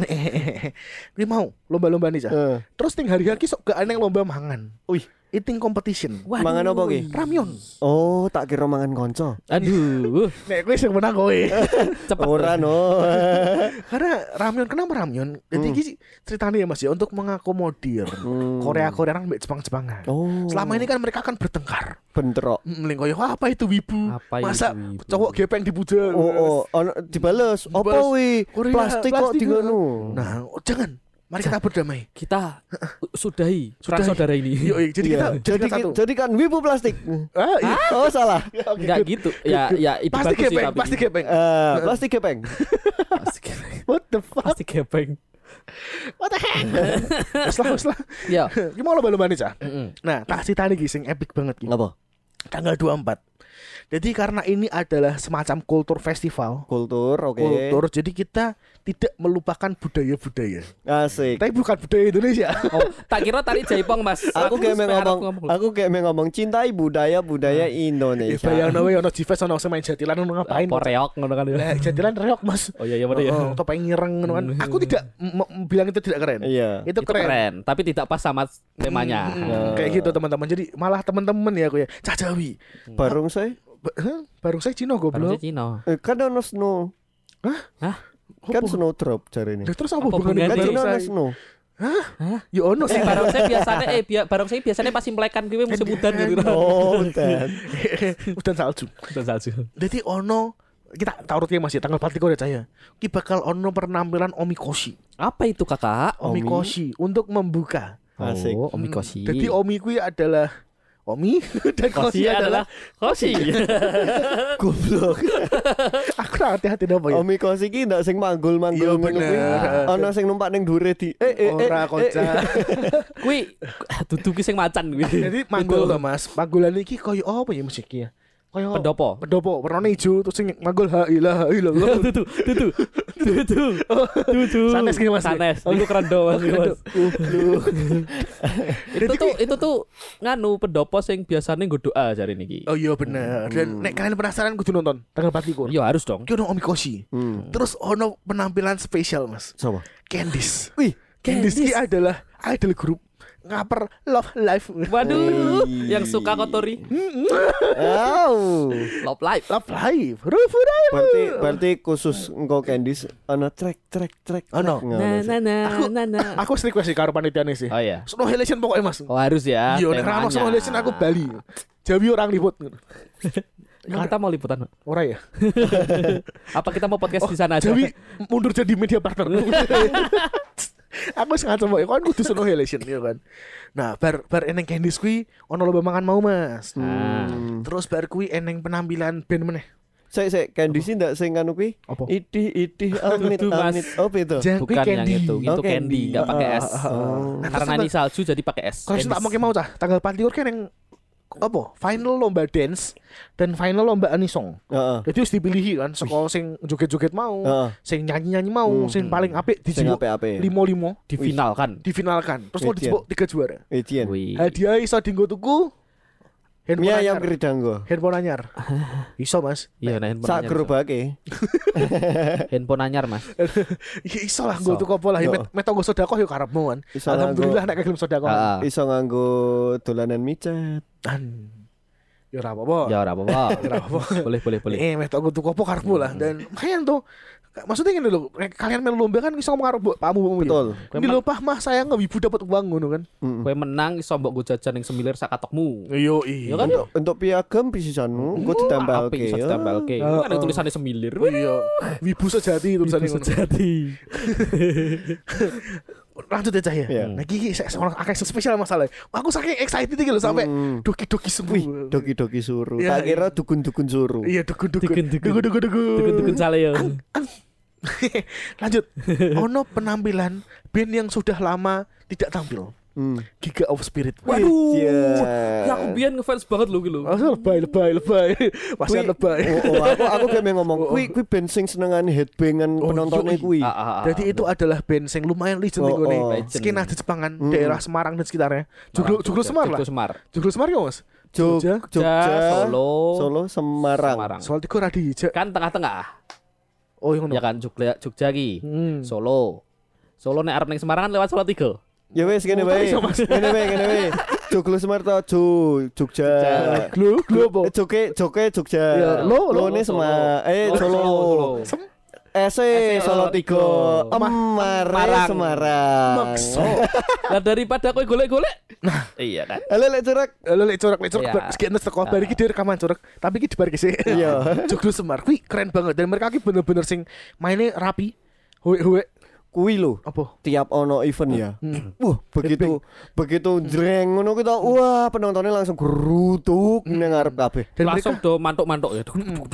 B: Kuwi mau lomba-lomba nih, Cah.
D: Eh,
B: Terus ting hari-hari ki sok gak aneh lomba mangan.
D: Wih.
B: Eating competition.
D: Mangan apa ki?
B: Ramyun.
D: Oh, tak kira mangan konco.
A: Aduh,
B: Nek kowe sing menang kowe.
A: cepet.
D: Ora
B: [LAUGHS]
D: no.
B: Eh, Karena ramyun kenapa ramyun? Jadi
D: Hmm.
B: iki ceritanya ya Mas ya untuk mengakomodir
D: Hmm.
B: Korea-Koreaan mbek Jepang-Jepangan.
D: Oh.
B: Selama ini kan mereka akan bertengkar.
D: bentrok.
B: Mending koyo "Wah, apa itu wibu?
A: Apa itu
B: Masa
A: wibu?"
B: cowok gepeng dipuja.
D: Oh, oh, ono dibales. Apa
B: Dibales.
D: wi?
B: Korea,
D: Plastik kok
B: plastik.
D: digono.
B: Nah, oh, jangan. Mari kita berdamai.
A: Kita sudahi
B: Sudahi.
A: perang saudara ini.
B: Yuk, yuk, jadi kita
D: Iya.
B: jadi
D: jadi
B: kita satu.
D: jadi kan wibu plastik.
B: Ah, iya.
D: [LAUGHS] Oh, salah.
B: [LAUGHS] Oke,
A: Enggak
B: good.
A: gitu.
B: Good,
A: Ya
B: good.
A: ya itu
B: Pasti
A: bagus sih
B: gepeng,
A: tapi.
B: pasti gepeng.
D: Eh, plastik gepeng.
A: Pasti gepeng.
B: [LAUGHS] What the fuck?
A: Pasti gepeng.
B: What the heck? Wes lah, wes lah.
C: Ya.
B: Ki mau lomba-lomba nih, Cah.
C: Mm-mm.
B: Nah, tak critani iki sing epic banget ki.
D: Apa?
B: Tanggal 24. Jadi karena ini adalah semacam kultur festival.
D: Kultur, oke.
B: Kultur. Jadi kita tidak melupakan budaya-budaya.
D: Asik.
B: Tapi bukan budaya Indonesia.
A: Oh, tak kira tari jaipong, Mas.
D: Aku kayak
A: sampai harap
D: ngomong,
A: ngomong.
D: aku kayak ngomong cintai budaya
B: Ya
D: budaya Indonesia.
B: bayang nawe ono Jives ono sing main jatilan ono ngapain.
A: Apa reok ngono kan.
B: Lah jatilan reok Mas.
A: Oh iya iya bener ya.
B: Eh. Oh, topeng ngireng ngono kan. Aku tidak m- m- bilang itu tidak keren.
D: Iya.
B: Itu,
C: Itu
B: keren.
C: keren, tapi tidak pas sama temanya.
B: Hmm, kayak gitu teman-teman. Jadi malah teman-teman ya aku ya. Cah Jawi.
D: Barung saya.
B: Ba- heh, Baru saya Cina
C: Harusnya
B: goblok.
C: Cina.
D: Eh, kan ono snow, kan
B: Apa?
D: snowdrop cari ini.
B: Lah, terus apa
A: Apa
B: hubungannya
A: hubungannya?
D: Kan
B: baru
D: Cina ono
B: saya?
D: snow.
B: Ya ono sih.
A: Eh, barang saya biasanya eh bi- barang saya biasanya pas melekan gue musim udan gitu.
B: [LAUGHS]
D: Oh, dan.
B: [LAUGHS] Iya. Udan salju.
A: Udan salju.
B: Jadi ono kita tarutnya masih ya, tanggal 24 udah saya. Ki bakal ono penampilan omikoshi.
C: Apa itu kakak?
B: Omikoshi untuk membuka. Hmm.
D: Asik.
C: Oh, omikoshi.
B: Jadi omi kui adalah omi [LAUGHS] dan koshi adalah
A: kosi.
D: Goblok.
B: [LAUGHS] aku ora hati-hati apa ya.
D: Omikos iki ndak sing manggul-manggul
B: Iya,
D: ngono kuwi. Ah,
B: bener.
D: Ono sing numpak ning dhuwure di. Eh eh eh.
B: Ora kocak.
A: Kui dudu ki sing macan gitu. kuwi.
B: Jadi manggul to Mas. Panggulan iki koyo apa ya musik ya? Kayak
C: Pendopo.
B: pendopo warnane ijo terus sing manggul ha ilaha illallah.
A: Tuh tuh tuh tuh tuh tuh tuh tuh.
B: Sanes gini, Mas.
A: Sanes. Itu kerendo mas. Mas. Itu
B: Jadi
A: tuh itu tuh nganu pendopo sing biasanya gue doa cari niki.
B: [LAUGHS] Oh iya bener. Dan nek kalian penasaran kudu nonton tanggal 24. Iya.
C: Yo harus dong.
B: Ki ono Omikoshi.
D: Hmm.
B: Terus ono penampilan spesial, Mas.
D: Sama.
B: Candice.
D: Wih,
B: Candice ki adalah idol grup ngaper love life.
A: Waduh, yang suka kotori.
D: Oh.
C: Love life.
B: Love life. Rufu life. [LAUGHS]
D: Berarti berarti khusus engkau Candice ana track track track.
B: Ono.
D: track. Nggak
C: Nah,
A: Na
D: ono sih.
A: na na na na.
B: Nah, Aku sering request sih karo panitiane sih.
C: Oh iya.
B: Snow Halation pokoknya, Mas.
C: Oh harus ya.
B: Iya, nek
C: temanya.
B: rano Snow Halation aku Bali. Jawi orang liput.
A: Emang kita mau liputan. Mas?
B: Ora ya? Oh,
A: Apa kita mau podcast di sana aja?
B: Jawi mundur jadi media
A: [LAUGHS]
B: partner. aku sengaja mau kan kudu seno relation ya kan. Nah, bar bar eneng Candice kuwi ono lomba mangan mau, Mas.
A: Ah.
B: Terus bar kuwi eneng penampilan band meneh.
D: Saya saya Candice ndak sing anu kuwi.
B: Apa?
D: Idih
B: [LAUGHS]
D: idih amit
A: Itu, Mas.
D: amit. Oh itu.
B: Jangan
C: Bukan yang itu, itu
D: Oh,
C: candy,
D: candy.
C: nggak pakai
D: Ah,
C: es.
D: ah, ah.
B: Nah,
C: Karena
B: terus
C: ini salju jadi pakai es.
B: Kalau tak mau mau cah, tanggal 4 kan yang apa? Final lomba dance dan final lomba anisong.
D: Heeh.
B: Jadi harus dipilih kan, sekolah sing joget-joget mau,
D: Heeh. Hmm.
B: sing nyanyi-nyanyi mau, sing paling apik
D: Sing
B: dijebuk
D: apik-apik. iya.
B: limo-limo
C: di final kan.
B: difinalkan. Terus mau
D: Median.
B: dijebuk tiga juara.
D: Etian.
C: Wih.
B: Hadiah iso dinggo tuku handphone
D: Mie
B: anyar.
D: ayam keridanggo.
B: handphone
D: [LAUGHS]
B: anyar. iso Mas.
C: Iya, nah, handphone
D: Sak
C: anyar.
D: gerobake.
C: Handphone anyar, Mas.
B: Ya, iso lah nggo
C: Iso.
B: tuku apa lah Ya,
D: Yo.
B: met metu nggo sedekah yo karepmu kan.
D: Iso lah,
B: Alhamdulillah
D: nggo.
B: nek kegelem sedekah.
C: Heeh.
D: Iso nganggo dolanan micet.
B: Dan yo ora apa-apa.
C: Ya ora apa-apa.
B: [LAUGHS] Ora apa-apa.
C: Boleh, boleh, boleh.
B: Eh, metu nggo tuku apa karepmu lah. Dan lumayan tuh. Maksudnya gini loh, nek kalian melu lomba kan iso ngomong karo mbok pamu pamu.
D: Betul.
B: Di lomba mah saya ngewibu dapat uang ngono kan.
D: Mm.
C: Kue menang iso mbok gue jajan yang semilir sak katokmu.
B: Yo iya.
C: Ya kan?
D: Untuk untuk piagam pisanmu, engko ditambah
C: Apa yang iso
B: ya.
C: ditambelke?
B: Heeh.
C: Kan ada tulisannya semilir.
B: Iya. Wibu sejati Eh, tulisannya ngono.
A: Sejati.
B: lanjut ya cah ya.
D: Iya.
B: Nah gigi saya seorang akeh spesial masalah. Aku saking excited gitu loh sampai
D: Hmm.
B: doki doki sembuh.
D: Doki doki suruh.
B: Iya,
D: Tak kira dukun dukun suruh.
B: Iya doku doku
A: Dukun, dukun.
B: doku doku doku.
A: Dukun-dukun sale ya.
B: [LAUGHS] Lanjut. Ono penampilan band yang sudah lama tidak tampil.
D: Hmm.
B: Giga of Spirit.
A: Waduh.
D: Iya.
A: Ya aku biyen ngefans banget loh gitu.
C: Ah,
B: Oh, lebay lebay lebay. Pasti
D: Kui-
B: lebay.
D: Oh, oh, aku aku kayak ngomong kui kui band sing senengan headbangan
B: Oh,
D: penontonnya
B: yoi.
D: kui.
C: Ah, ah, ah.
B: Jadi itu adalah band yang lumayan legend
D: Oh,
B: nih gue
D: oh.
C: Legend.
B: Skena di Jepangan,
D: Hmm.
B: daerah Semarang dan sekitarnya. Joglo
C: Jogja.
B: Joglo Semar lah.
C: Joglo Semar.
B: Joglo Semar ya mas.
D: Jog-
B: Jogja. Oh,
D: Jogja,
C: Solo,
D: Solo, Semarang.
C: Semarang.
B: Soal tiga radi hijau.
C: Kan tengah-tengah.
B: Oh yang
C: Ya kan Jogja Jogja ki.
B: Hmm.
C: Solo. Solo nek arep ning Semarang kan lewat Solo 3.
D: Ya wes gini
B: Oh, tak [LAUGHS]
D: wae.
B: iso, Mas.
D: Gini wae, gini wae. Joglo Semarang tau, Jo- Jogja.
B: Ya. Glo glo apa?
D: Eh, Joge, Joge, Jogja.
B: Ya, lo- lo-
D: Lone
C: Iya. Solo.
D: Semar- eh Solo.
B: Sem-
D: Ese Eh, Solo tiga.
C: Tiga.
D: Emare
C: Marang.
D: Semarang.
B: Makso.
C: Lah daripada kowe golek-golek. Nah, iya kan.
D: Halo lek curak.
B: Lo lek corak lek corak
C: Iya.
B: bar sekian nes teko bar iki di rekaman corak, tapi iki dibar sih.
D: Iya.
B: [LAUGHS] Joglo Semar kuwi keren banget dan mereka iki bener-bener sing mainnya rapi. Huwe-huwe
D: Kui lo.
B: apa?
D: tiap ono event ya.
B: Hmm.
D: Wah, begitu begitu jreng ngono kita wah penontonnya langsung gerutuk nang ngarep kabeh.
B: Dan
C: Langsung
B: mereka
C: do mantuk-mantuk ya.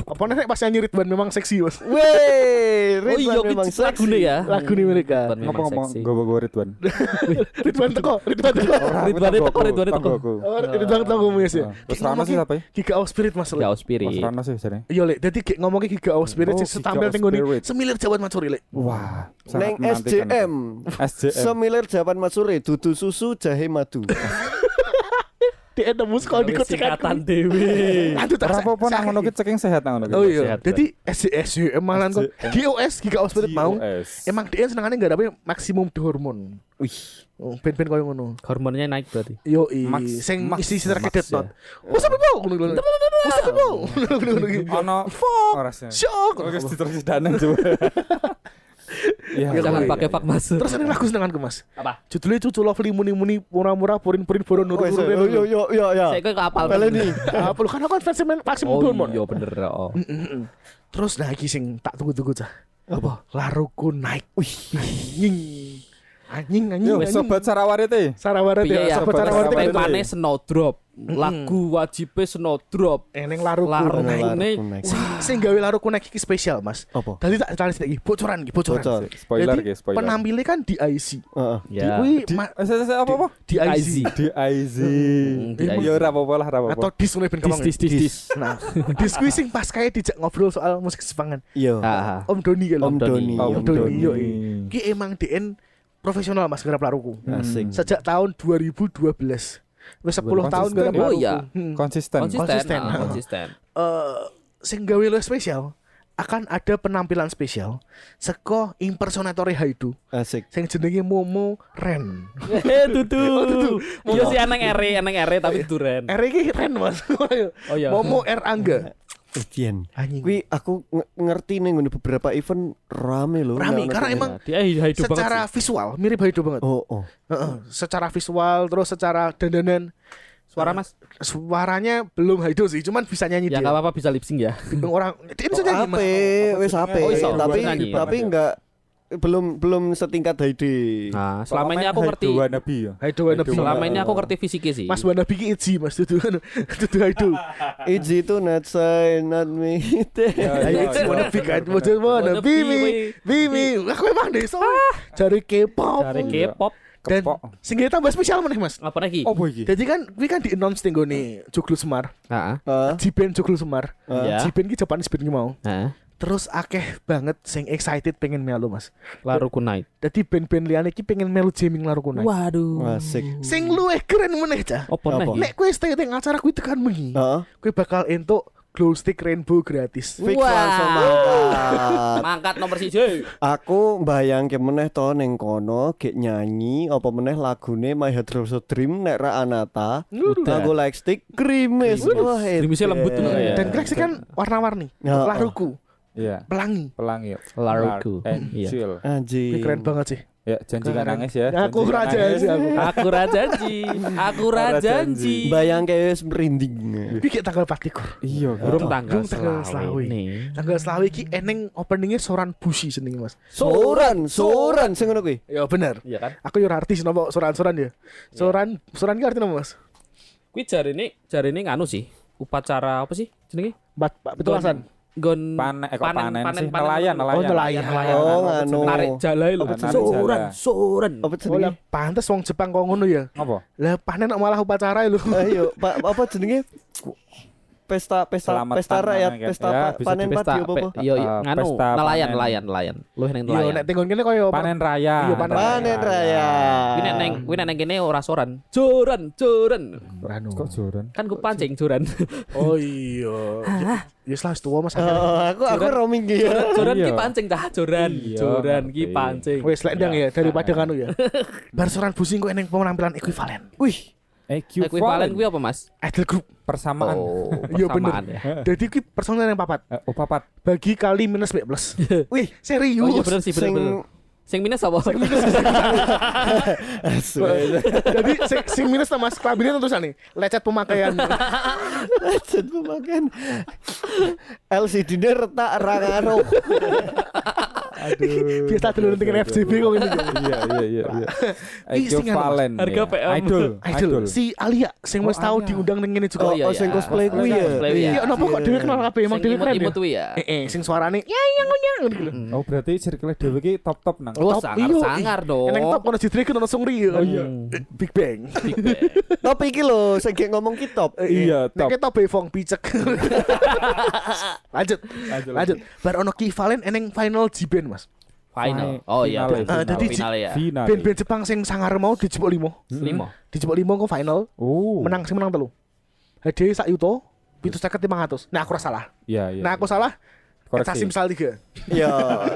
B: apa nih pas nyanyi Ridwan memang seksi Mas.
D: Weh,
C: Oh iya
D: Ridwan memang
C: kuwi lagune ya.
B: Lagu nih mereka.
C: Ridwan memang
E: ngomong-ngomong
C: seksi.
E: gue bawa Ridwan
B: [LAUGHS]
A: [LAUGHS]
B: Ridwan teko, Ridwan teko.
A: Ridwan teko, Ridwan teko.
B: Oh, Ridwan teko ngomong sih.
E: Ah. Nah. Terus Rano sih apa ya?
B: Giga of Spirit Mas.
C: Ya
B: Lek.
E: Mas
C: Spirit.
E: Rano sih jane.
B: Iya lek, dadi gek ngomongi Giga of Spirit
E: Oh,
B: sing
E: Giga
B: tampil
E: of
B: teng ngene
E: Spirit.
B: semilir Jawa Matsuri lek.
E: Wah, sangat
D: Neng
E: menantikan itu.
D: SJM.
E: SJM.
D: Semilir jawaban Masure dudu susu jahe madu.
B: Dia nemu
E: Nah,
B: sekolah di
A: Singkatan dewe.
B: Aduh tak
E: Ora
B: sa-
E: apa-apa nang
B: sa-
E: ngono ki ceking sehat nang ngono ki.
B: Oh iya,
C: Sehat,
B: jadi SJS malan kok
E: SJM.
B: GOS Giga of Spirit mau.
E: GOS.
B: Emang dia senengannya nggak ada maksimum di hormon. Wih. Oh, ben-ben kaya ngono.
C: Hormonnya naik berarti.
B: Yo i,
E: Max-
B: sing
E: Max-
B: isi isi
E: Max
B: terkedet
E: ya.
B: not. What's up people? Oh, Ngono ngono. What's up people? Ngono ngono ngono.
E: ono
B: [LAUGHS] Fuck.
E: orasnya.
B: Shock.
E: Oke, terus danang
B: [LAUGHS]
E: coba. Iya,
B: Ya,
C: Jangan
B: iya,
C: pakai
E: iya.
C: pak mas.
B: Terus ini lagu senenganku mas.
C: Apa?
B: Judulnya cucu lovely muni muni murah murah purin purin puro nur
D: Oh,
B: nur
D: yo yo yo yo ya.
C: Saya kok kapal.
D: Baleni.
B: Apa lu kan aku kan fans men maksimum
C: Oh
B: hormon.
C: iya bener.
A: ya,
C: Oh.
B: Terus nah iki sing tak tunggu tunggu cah. Apa? Laruku naik. Wih. Anjing. Anjing anjing.
E: Yo,
B: anjing.
E: sobat e, Sarawarete.
B: Sarawarat
A: Piye
B: ya,
A: ya,
B: sobat Sarawarat.
E: Sarawarat.
B: ya.
A: temane Snowdrop. Lagu wajibnya Snowdrop.
B: Eneng laru
A: Laru
B: kuning.
D: Laru
A: ini
D: kuning.
B: Sing sing gawe laru kuning iki spesial, Mas.
D: Apa?
B: Tadi tak tadi iki bocoran iki bocoran.
D: Bocor.
B: Jadi,
E: Spoiler guys, spoiler.
B: Penampilnya kan di IC.
D: Heeh.
B: Di, wih,
E: Di-
B: ma-
E: Eh, saya- saya apa apa?
B: di Hmm, IC.
E: Di IZ.
A: di IZ.
E: Yo ora apa-apa lah, ora apa-apa.
B: Atau dis mulai ben
A: dis
B: kemang.
A: dis dis dis.
B: Nah, diskusi sing pas kayak dijak ngobrol soal musik Jepangan.
D: Iya.
A: Ah,
B: Om Doni kan.
D: Om Doni.
A: Iya,
E: Om
B: Om Doni. Yo, iya.
A: Hmm.
B: Ki emang DN profesional Mas garap laruku.
D: Asik.
B: Sejak tahun 2012. Wis 10
E: Konsisten
B: tahun garap
A: ya? Oh,
B: laruku.
A: iya.
B: Hmm.
E: Konsisten.
A: konsisten,
B: Konsisten.
A: ah, konsisten.
B: eh sing gawe luwih spesial akan ada penampilan spesial seko impersonatore Haidu
D: Asik.
B: sing jenenge Momo
A: [LAUGHS]
B: Ren.
A: [LAUGHS] Eh, tutu. Iya sih anang ere, anang ere tapi duren.
B: R iki Ren [LAUGHS] Mas.
A: Oh iya.
B: Eh, Momo R
A: [LAUGHS]
B: Angga.
D: Ujian.
B: Anjing.
D: Kui aku nge- ngerti nih ngene beberapa event rame loh.
B: Rame,
D: anak-anak
B: karena
D: ini.
B: emang
A: Dia hidup ya. banget.
B: secara visual mirip Haidu banget.
D: Oh, oh.
B: Heeh, secara visual terus secara dandanan Eh,
A: Suara Mas.
B: suaranya belum Haidu sih, cuman bisa nyanyi dia.
A: Ya enggak apa-apa bisa lip sync ya.
B: Orang dia bisa
D: Oh,
E: ya?
B: nyanyi Mas.
D: ape, wis ape.
A: Oh, iso.
D: Tapi
A: Nyanyi.
D: tapi enggak belum belum setingkat Heidi.
A: Nah, selama ini aku ngerti.
E: Wannabe ya.
B: Haidu Wanabi.
A: Selama ini aku ngerti fisiknya sih.
B: Mas Wanabi ki Itzy Mas Dudu Dudu
A: [LAUGHS]
B: Haidu.
D: Itzy itu not say not me. [LAUGHS]
B: Ayo
E: Iya,
B: Itzy
E: iya.
B: Wanabi kan. Wajah
A: Wannabe,
B: Wanabi mi.
A: weh.
B: Bimi, aku emang desa cari K-pop
A: Dari Ah.
E: Iya.
A: K-pop Iya.
B: dan
E: Kepok.
B: sehingga tambah spesial meneh Mas.
A: apa lagi?
E: Apa iki?
B: Jadi kan kuwi kan di announce tinggo nih Joglo Semar,
A: Heeh.
D: Ah,
B: Jiben Joglo Semar.
A: Ya. Eh,
B: Jiben ki Japan Jiben ki mau.
A: Heeh.
B: Terus akeh banget sing excited pengen melu Mas.
A: Laru kunai.
B: Jadi band-band liyane iki pengen melu jamming laru kunai.
A: Waduh.
D: asik.
B: Sing luwih keren meneh cah.
A: Apa
D: Apa?
A: lagi?
B: Nek kuwi stay teng acara kuwi tekan bengi.
D: Heeh.
B: Kuwi bakal entuk glow stick rainbow gratis.
D: Fix
A: Wah.
D: langsung mangkat.
A: Mangkat nomor siji.
D: Aku bayangke meneh to ning kono gek nyanyi apa meneh lagune My Heart Drops a Dream nek ra Anata. Lagu like stick krimis. Wah,
A: Krimisnya
D: edan.
A: lembut tuh, ya.
B: Dan Greg kan warna-warni.
D: Oh, Ya.
B: Laruku,
E: Iya.
B: pelangi.
E: Pelangi ya.
A: Laruku.
E: Lar- and
A: Iya.
E: chill.
B: Kuwi
D: Anjing.
B: keren banget sih.
E: Ya, janji gak
B: Keren.
E: nangis ya.
B: Ya, aku
E: Janji gak
B: raja
E: nangis.
B: sih aku.
A: Aku rajanji. Aku rajanji.
D: Bayangke wis merinding.
B: Iki kayak tanggal 24.
E: Iya. kan.
A: Burung tanggal
B: Burung tanggal
A: selawe
B: selawe.
A: nih.
B: Tanggal selawe iki eneng openingnya Soran Bushi seneng Mas.
D: Soran, soran sing ngono kuwi.
B: Ya bener.
A: Iya kan?
B: Aku yo ora artis napa soran-soran ya. Soran soran ki artinya apa Mas?
A: Kuwi jarine jarine nganu sih. Upacara apa sih jenenge?
B: Empat Pak Pitulasan.
A: Gon
E: Panen, eh, kok panen sih? Nelayan,
B: Oh nelayan.
E: nelayan. Eh, nah,
D: Oh,
E: Nelayan.
D: nganu.
A: Tarik jalai lho.
E: Apa jenenge?
A: Soren,
E: Jala.
A: soren.
D: Apa
B: Oh lah
D: jenenge?
B: pantes wong Jepang kok ngono ya.
E: Apa?
B: Lah panen kok malah upacara ya lho.
D: Ayo, Pak, apa jenenge? Pesta pesta
E: Selamat
D: pesta
E: panen,
D: rakyat,
E: kan?
D: pesta
E: Ya,
D: pa-
E: bisa
D: panen
A: Pesta
D: padi apa Iya, apa?
A: pe- iya iya,
E: Eh,
A: nganu
E: pesta
A: nelayan
E: panen.
A: nelayan nelayan. Lu neng
B: Yo nek
A: nelayan.
B: tenggon kene koyo
E: Panen raya.
B: Iya, panen
E: Ya,
D: Panen raya.
A: Kuwi nek neng kuwi nek neng kene ora soran. Joran, joran.
E: Kok
B: [LAUGHS]
E: joran?
A: Kan gue pancing joran. [LAUGHS]
B: Oh iya. Ya wis lah wis tuwa Mas.
D: Oh, aku aku
A: Joran.
D: roaming ya.
A: Joran ki
E: Iya.
A: pancing dah joran.
E: Iya,
A: Joran ki
E: ngerti.
A: pancing.
B: Wis lek ndang ya daripada kanu ya. Bar Soran Bushi kok eneng penampilan ekuivalen.
D: Wih,
E: Eh,
A: Ekuivalen kuwi apa, Mas?
B: Idol group.
E: persamaan. [LAUGHS]
B: Iya,
A: persamaan ya.
B: [LAUGHS] Jadi kuwi personel yang papat.
E: Eh, oh, papat.
B: Bagi kali minus B plus.
D: wih,
B: Serius.
A: Oh iya bener sih bener
D: sing
A: bener. Sing minus apa? [LAUGHS]
D: asu.
B: [LAUGHS] Jadi sing, sing minus sama mas kelabinnya tentu nih lecet pemakaian.
D: Jen pemakaian LCD nya retak rangano
E: Aduh.
B: Biasa dulu nanti kena FCB kok ini.
E: Iya, iya, iya, iya.
B: Ih, sing anu, Mas.
E: Equivalent.
A: Harga
E: ya.
A: PM.
E: Idol.
B: Idol si Alia sing wis tau diundang ning ngene juga.
D: oh, sing cosplay kuwi ya.
A: iya. Cosplay
D: Iya,
B: Iya nopo kok dhewe kenal kabeh emang
A: Emang
B: dhewe keren ya.
A: imut ya.
B: Eh eh sing suarane ya yang yang gitu.
E: Oh, berarti circle dewe iki top-top nang.
A: Oh,
B: Top,
A: sangar
B: iyo, ih.
A: sangar dong.
B: Eneng top kono Jitrike ono Sungri ya. Eh, Big Bang.
A: Big Bang.
D: Top iki lho sing ge ngomong ki top.
B: Eh,
E: Iya,
B: Nek
E: top.
B: kita bevong picek. [LAUGHS] Lanjut. Lanjut. Bar ono Ki Valen eneng final Jiben Mas.
A: Final.
E: Final.
A: Oh iya.
E: Finale,
B: finale.
A: Jadi final ya.
E: Final.
B: Band-band Jepang sing sangar mau dijebuk limo.
A: Lima.
B: Dijebuk limo kok final.
E: Hmm. Oh.
B: menang sing menang telu hadiah sak yuto pitu seket lima ratus nah aku ora salah
E: Iya, iya.
B: nah aku salah
E: Koreksi.
B: Sasim misal tiga
D: Ya,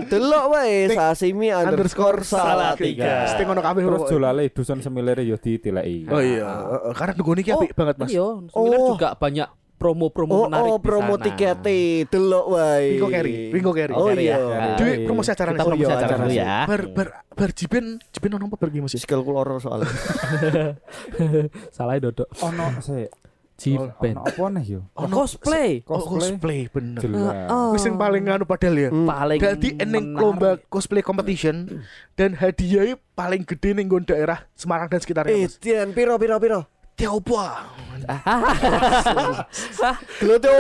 D: delok wae sashimi underscore salah tiga.
B: Sting ono kabeh
E: Terus
B: pokoknya.
E: jolale dusun semilere yo ditileki.
B: oh iya eh, karena dukung ini apik banget mas
A: Iya, seminar
D: Oh.
A: juga banyak promo-promo
D: Oh,
A: menarik
D: oh
A: di
D: promo
A: sana.
D: tikete delok wae.
B: Wingo carry, wingo carry.
D: Oh
A: Carry ya.
D: iya.
A: Nah.
B: Dewi promosi acara
D: Kita
B: nih. Oh,
D: promosi
B: iya,
D: acara
B: acara
D: dulu
B: sih.
A: ya.
B: bar bar bar jiben jiben ono apa pergi mas ya
A: [LAUGHS]
D: Skill kuloro soalnya.
A: Salah ya, dodok.
E: Ono sik. Si
B: Oh,
E: band.
A: ono
E: Apa nih yo?
B: Ono-
A: Cosplay.
B: Oh,
E: Cosplay.
B: cosplay bener.
A: Heeh.
B: Wis sing paling anu padahal ya.
C: paling
B: Dadi eneng
C: menarik.
B: lomba cosplay competition dan hadiahnya paling gede ning nggon daerah Semarang dan sekitarnya. Mas. Oh,
D: Etian Eh, piro piro piro.
B: Tiapa?
A: Ah, Hah?
D: Gloto.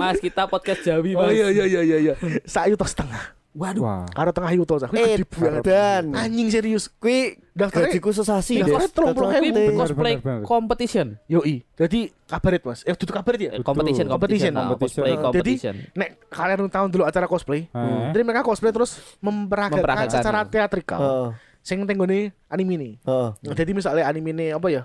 A: Mas kita podcast Jawi
B: Oh
A: mas.
B: iya iya iya iya iya. Sak yuta setengah.
A: Waduh.
E: Wah.
B: Karo tengah yuta cah. Kuwi
D: Eh,
B: gede banget.
D: dan
B: Anjing serius.
D: kui
B: Daftarnya
D: gajiku sesasi.
B: Iya,
D: Des.
B: kosnya telung puluh ewu.
D: Daftarnya penting.
E: Bener,
A: Cosplay
E: bener, bener.
A: competition.
B: Yoi. Jadi kabaret Mas. Eh duduk kabaret ya?
C: competition
B: Competition,
C: competition nah,
E: competition.
C: cosplay
B: Jadi-
C: competition
B: Nek kalian tahun dulu acara cosplay.
E: Heeh.
B: Jadi mereka cosplay terus memperagakan
C: Memperagakan.
B: secara teatrikal.
D: Heeh,
B: Sing tenggone anime nih.
D: heeh.
B: Jadi misalnya anime nih apa ya?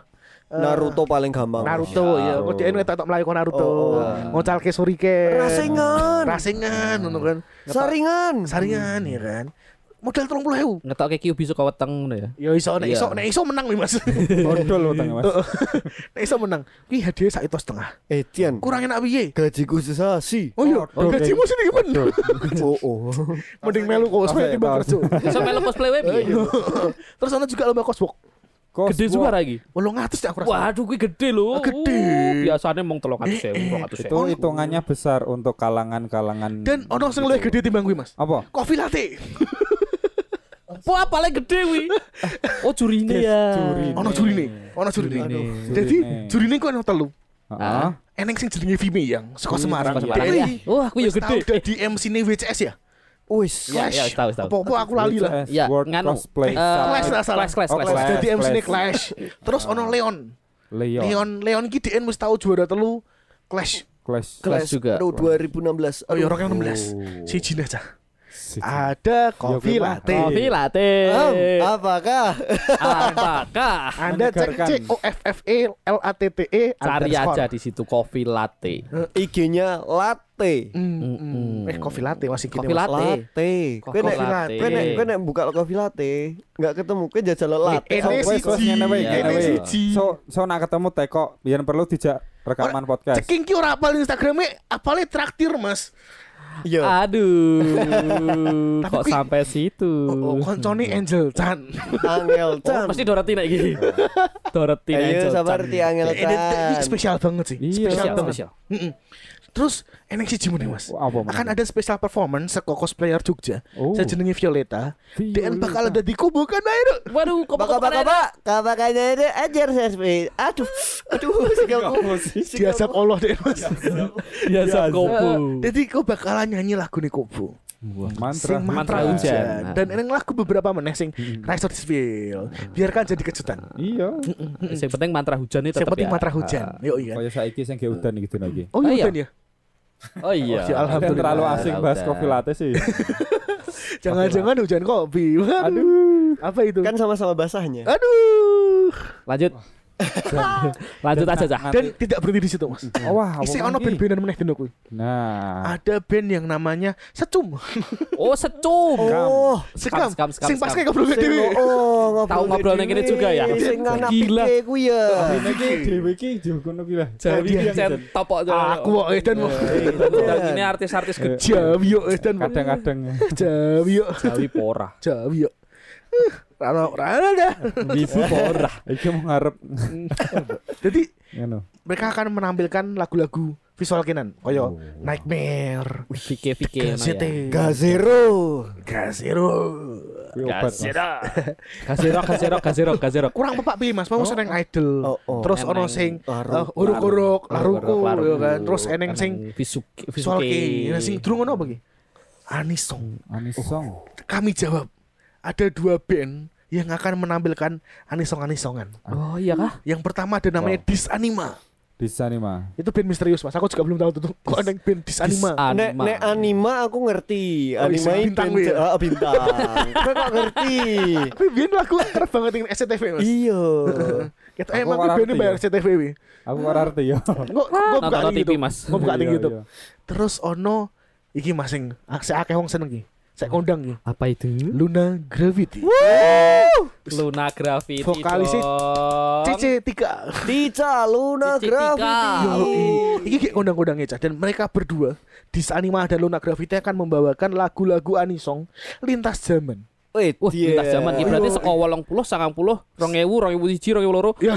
B: Eh,
D: Naruto paling gampang.
B: Naruto ya, kok dia ngetok tok melayu Naruto,
D: Oh, oh.
B: ngocalke Shuriken.
D: Rasengan.
B: Rasengan ngono kan.
D: Saringan.
B: Saringan ya kan. Modal 30.000.
C: ngetok ke Q besok weteng ngono ya
B: Ya iso nek
C: Iya.
B: iso nek iso menang nih [LAUGHS] Mas.
E: Bodol lo tanya,
B: [LAUGHS]
E: Mas.
B: Oh, nek iso menang. Ki hadiah sak itu setengah.
D: Etian.
B: Kurang enak piye?
D: Eh, Gajiku
B: [LAUGHS]
D: sesasi.
B: Oh iya,
E: Waduh.
B: gajimu sini bener.
D: Oh oh.
B: Mending melu cosplay
E: Oke,
B: timbang
E: tahu.
B: kerja.
A: [LAUGHS]
C: besok melu cosplay web
B: [LAUGHS] Eh, iya. Terus ana juga lomba cosplay.
E: Kos
A: Gede
E: walk.
A: juga lagi.
B: 800 ya aku rasa.
C: waduh kuwi gede
B: Ah,
C: lho
B: gede.
C: Uh, biasanya mong 300.000
E: Itu
C: 200.000
E: hitungannya besar untuk kalangan-kalangan.
B: Oh. Dan ono sing luwih gede timbang kuwi Mas.
E: apa?
B: Coffee latte.
C: Po apa lagi gede wi? Oh jurine ya.
E: Jurine.
B: Ono jurine, ono jurine.
E: Jurine.
B: Jadi
E: Jurine.
B: jurine ku ono telu.
A: Ah.
E: Heeh.
B: Eneng sing jenenge Vime yang saka
E: Iya,
B: Semarang.
E: saka
C: Semarang ya. Wah, aku ya gede.
B: Udah di MC ne WCS ya?
D: Wis.
A: Iya,
C: Ya, ya, tahu, tahu.
B: Apa-apa aku lali lah.
E: Yes,
C: Ya,
E: World
C: nganu.
E: Cosplay
C: Eh,
B: Clash
E: Summit
B: lah salah.
C: Clash, clash,
E: Oh,
C: clash.
E: clash.
B: Jadi MC ne
E: Clash. Iya.
B: Clash. Terus ono Leon.
E: Leon.
B: Leon, Leon ki DN wis tau juara telu Clash.
E: Clash.
C: Clash juga.
D: Aduh 2016.
B: Oh ya
D: Aduh.
B: orang yang 16. Siji aja. Ah, Ada
E: Ya,
B: kopi
E: gue
B: latte.
E: mah.
C: Kopi latte.
D: Am, apakah? [LAUGHS]
C: Apakah?
A: Oh,
B: Anda cek
E: Menyegarkan.
B: C O F F E L A T T E
C: Cari aja di situ kopi latte.
D: IG-nya latte.
B: Eh kopi latte masih kini.
C: Kopi
B: Mas.
C: Latte.
D: Latte. Kowe nek
B: latte.
D: kowe nek kowe nek buka kopi latte, enggak ketemu kowe jajal latte. Iya,
B: Ini
E: Wes, wes,
B: siji,
E: ngene wae,
C: ini
E: ngene wae.
B: siji.
E: So, so nak ketemu teko, biar perlu dijak rekaman
B: Oh,
E: podcast.
B: Ceking ki ora apal Instagramnya, apalnya traktir mas.
D: Iya.
B: Ah.
C: Aduh.
B: Tapi
C: kok
B: kui-
C: sampai situ?
B: Oh, oh, koncone Angel Chan.
D: Angel
C: Oh,
D: Chan.
C: pasti Dorothy naik gini. Dorothy naik.
D: Ayo
C: Jocan.
D: sabar ti Angel
B: Eh, ini- Ini
D: Chan.
B: spesial banget sih.
E: Iya.
B: Spesial
C: Spesial,
B: banget.
C: spesial.
B: Mm-mm. Terus enek siji muni mas.
E: Apa, Mas?
B: Akan ada special performance seko cosplayer Jogja.
E: Oh. Iya,
B: Saya jenenge Violeta.
E: Violeta.
B: DN bakal ada di kan, kubukan air.
C: Waduh, kok
D: Bapak bapak bapak, kabakannya itu ajar saya sepi. Aduh, aduh, sikapku.
B: Diasap Allah DN mas.
C: biasa kopi.
B: Jadi kau bakalan nyanyi lagu nih kubu.
E: Mantra. Nah.
B: Sing
C: Mantra
B: mantra
C: Hujan.
B: hujan. Dan enek lagu beberapa meneh sing Rise of the Spill. Biarkan jadi kejutan.
E: Iya.
C: Yang Eh, penting mantra hujan itu
B: Yang
C: tetap
B: penting
C: ya.
B: mantra
E: Ah.
B: hujan. Yo [LAUGHS] iya.
E: Kaya saiki sing ge udan gitu lagi.
B: Oh
C: Ah, iya.
B: iya hujan ya.
C: Oh
B: Oh,
C: iya.
E: Kalian
B: Alhamdulillah.
E: terlalu asing bahas
C: Udah.
E: kopi latte
B: [LAUGHS]
E: sih.
B: Jangan-jangan hujan kopi. Waduh.
E: Aduh.
B: Apa itu?
D: Kan sama-sama basahnya.
B: Aduh.
C: Lanjut. [LAUGHS] Lanjut aja cah.
E: Nanti-
B: Dan tidak berhenti di situ, Mas.
E: Oh, wah, apa
B: Isih ono
E: lagi?
B: band-bandan meneh dino kuwi.
E: Nah,
B: Ada band yang namanya Secum.
C: Oh secum.
D: Oh,
B: Sekam.
C: Sekam, sekam,
B: Sing pas kayak
C: sekam.
B: ngobrol
D: sing
B: dhewe.
D: oh, ngobrol.
C: Tahu ngobrol nang kene juga ya?
D: Sing anak
C: Gila.
D: pike ku ya.
E: iki dhewe iki juga ngono ki lah.
C: Jawi
E: Iya,
B: Tadi
C: saya topok
A: oh,
C: aja.
B: Aku kok edan mo.
A: iya.
C: Sedang ini artis-artis kecil.
B: Jawi yo edan mo.
E: Kadang-kadang
B: Jawi yo.
C: Jawi pora.
B: Jawi yo. Eh, Rano, rano dah.
E: ibu ora. Iki mau ngarep
B: Jadi
E: ngono.
B: mereka akan menampilkan lagu-lagu visual kinan, koyo Nightmare,
C: Fike fike.
B: Gazete,
D: Gazero.
B: Gazero.
E: Kuwi obat. Mas.
C: Kasirok kasirok kasirok kasirok.
B: kurang pepak piye Mas, mau sering idol.
D: Oh, oh.
B: Terus ono
C: Eneng.
B: sing
D: Laruk.
B: eh, uruk-uruk, laruku
C: Laruku.
B: ya kan. Terus eneng sing
C: Visuke
B: soal ki.
C: Visuke.
B: Nah, sing durung ono apa ki? Anisong.
E: Anisong.
B: Kami jawab. Ada dua band yang akan menampilkan anisong-anisongan.
C: Oh iya kah?
B: Yang pertama ada namanya Disanima.
E: Disanima.
B: Itu band misterius Mas. Aku juga belum tahu tuh. Kok ada yang band Disanima?
D: Nek
C: Anima.
D: nek anima aku ngerti.
B: Oh,
D: Anima
B: iseng bintang
D: bintang.
B: ya?
D: Ah, bintang. Kok kok ngerti?
B: [LAUGHS] Tapi band lagu kerap banget dengan SCTV Mas.
D: Iya.
B: Kita eh,
E: Aku
B: emang
E: ora
B: bandnya
E: ngerti
B: bayar
E: ya.
B: SCTV. wi.
E: Aku ora ngerti ya.
B: Nggak nggak buka
C: Nonton
B: ning
C: TV,
B: YouTube.
C: Mas.
B: Nggak buka ning
E: Iya,
B: YouTube.
E: iya.
B: Terus ono iki Mas sing ah, sing akeh wong seneng iki. Saya kondang iki.
A: iya.
C: Apa itu?
B: Luna Gravity.
C: Luna Gravity.
B: Vokalisnya
C: dong.
B: CC3.
D: Tica Luna
C: Cici
D: Gravity.
C: Tika.
B: Iki kayak kondang-kondangnya Cah. dan mereka berdua di Anima dan Luna Gravity akan membawakan lagu-lagu anisong lintas zaman.
D: Wih,
A: Wah, lintas zaman iki berarti saka 80 90 2000 2001 2002
B: Ya.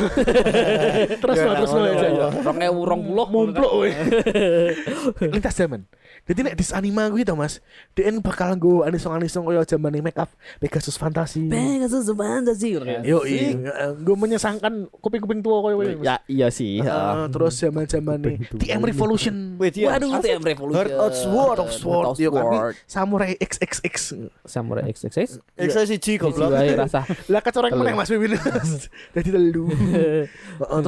B: terus lah, terus iya, lah.
A: Ya, [LAUGHS] ya. 2020
B: Momplok
A: [LAUGHS]
B: we. Lintas zaman. Jadi nek dis anima kuwi to Mas, DN bakal nggo anisong-anisong koyo zaman make up Pegasus Fantasi.
A: Pegasus Fantasy.
B: Yo gue menyesankan kuping-kuping tua koyo koyo.
A: Ya iya sih.
D: Ah,
B: Eh, terus zaman-zaman nih TM Revolution.
D: Wih, dia.
A: Waduh, TM Revolution.
D: Heart of Sword.
B: Heart eh, of Sword, yo kan, kuwi Samurai XXX.
A: Samurai XXX. Iya.
D: XICG goblok.
A: Jiwai ya,
B: [LAUGHS]
A: rasa.
B: Lah kecoreng meneh Mas Wiwin. Dadi telu. Heeh,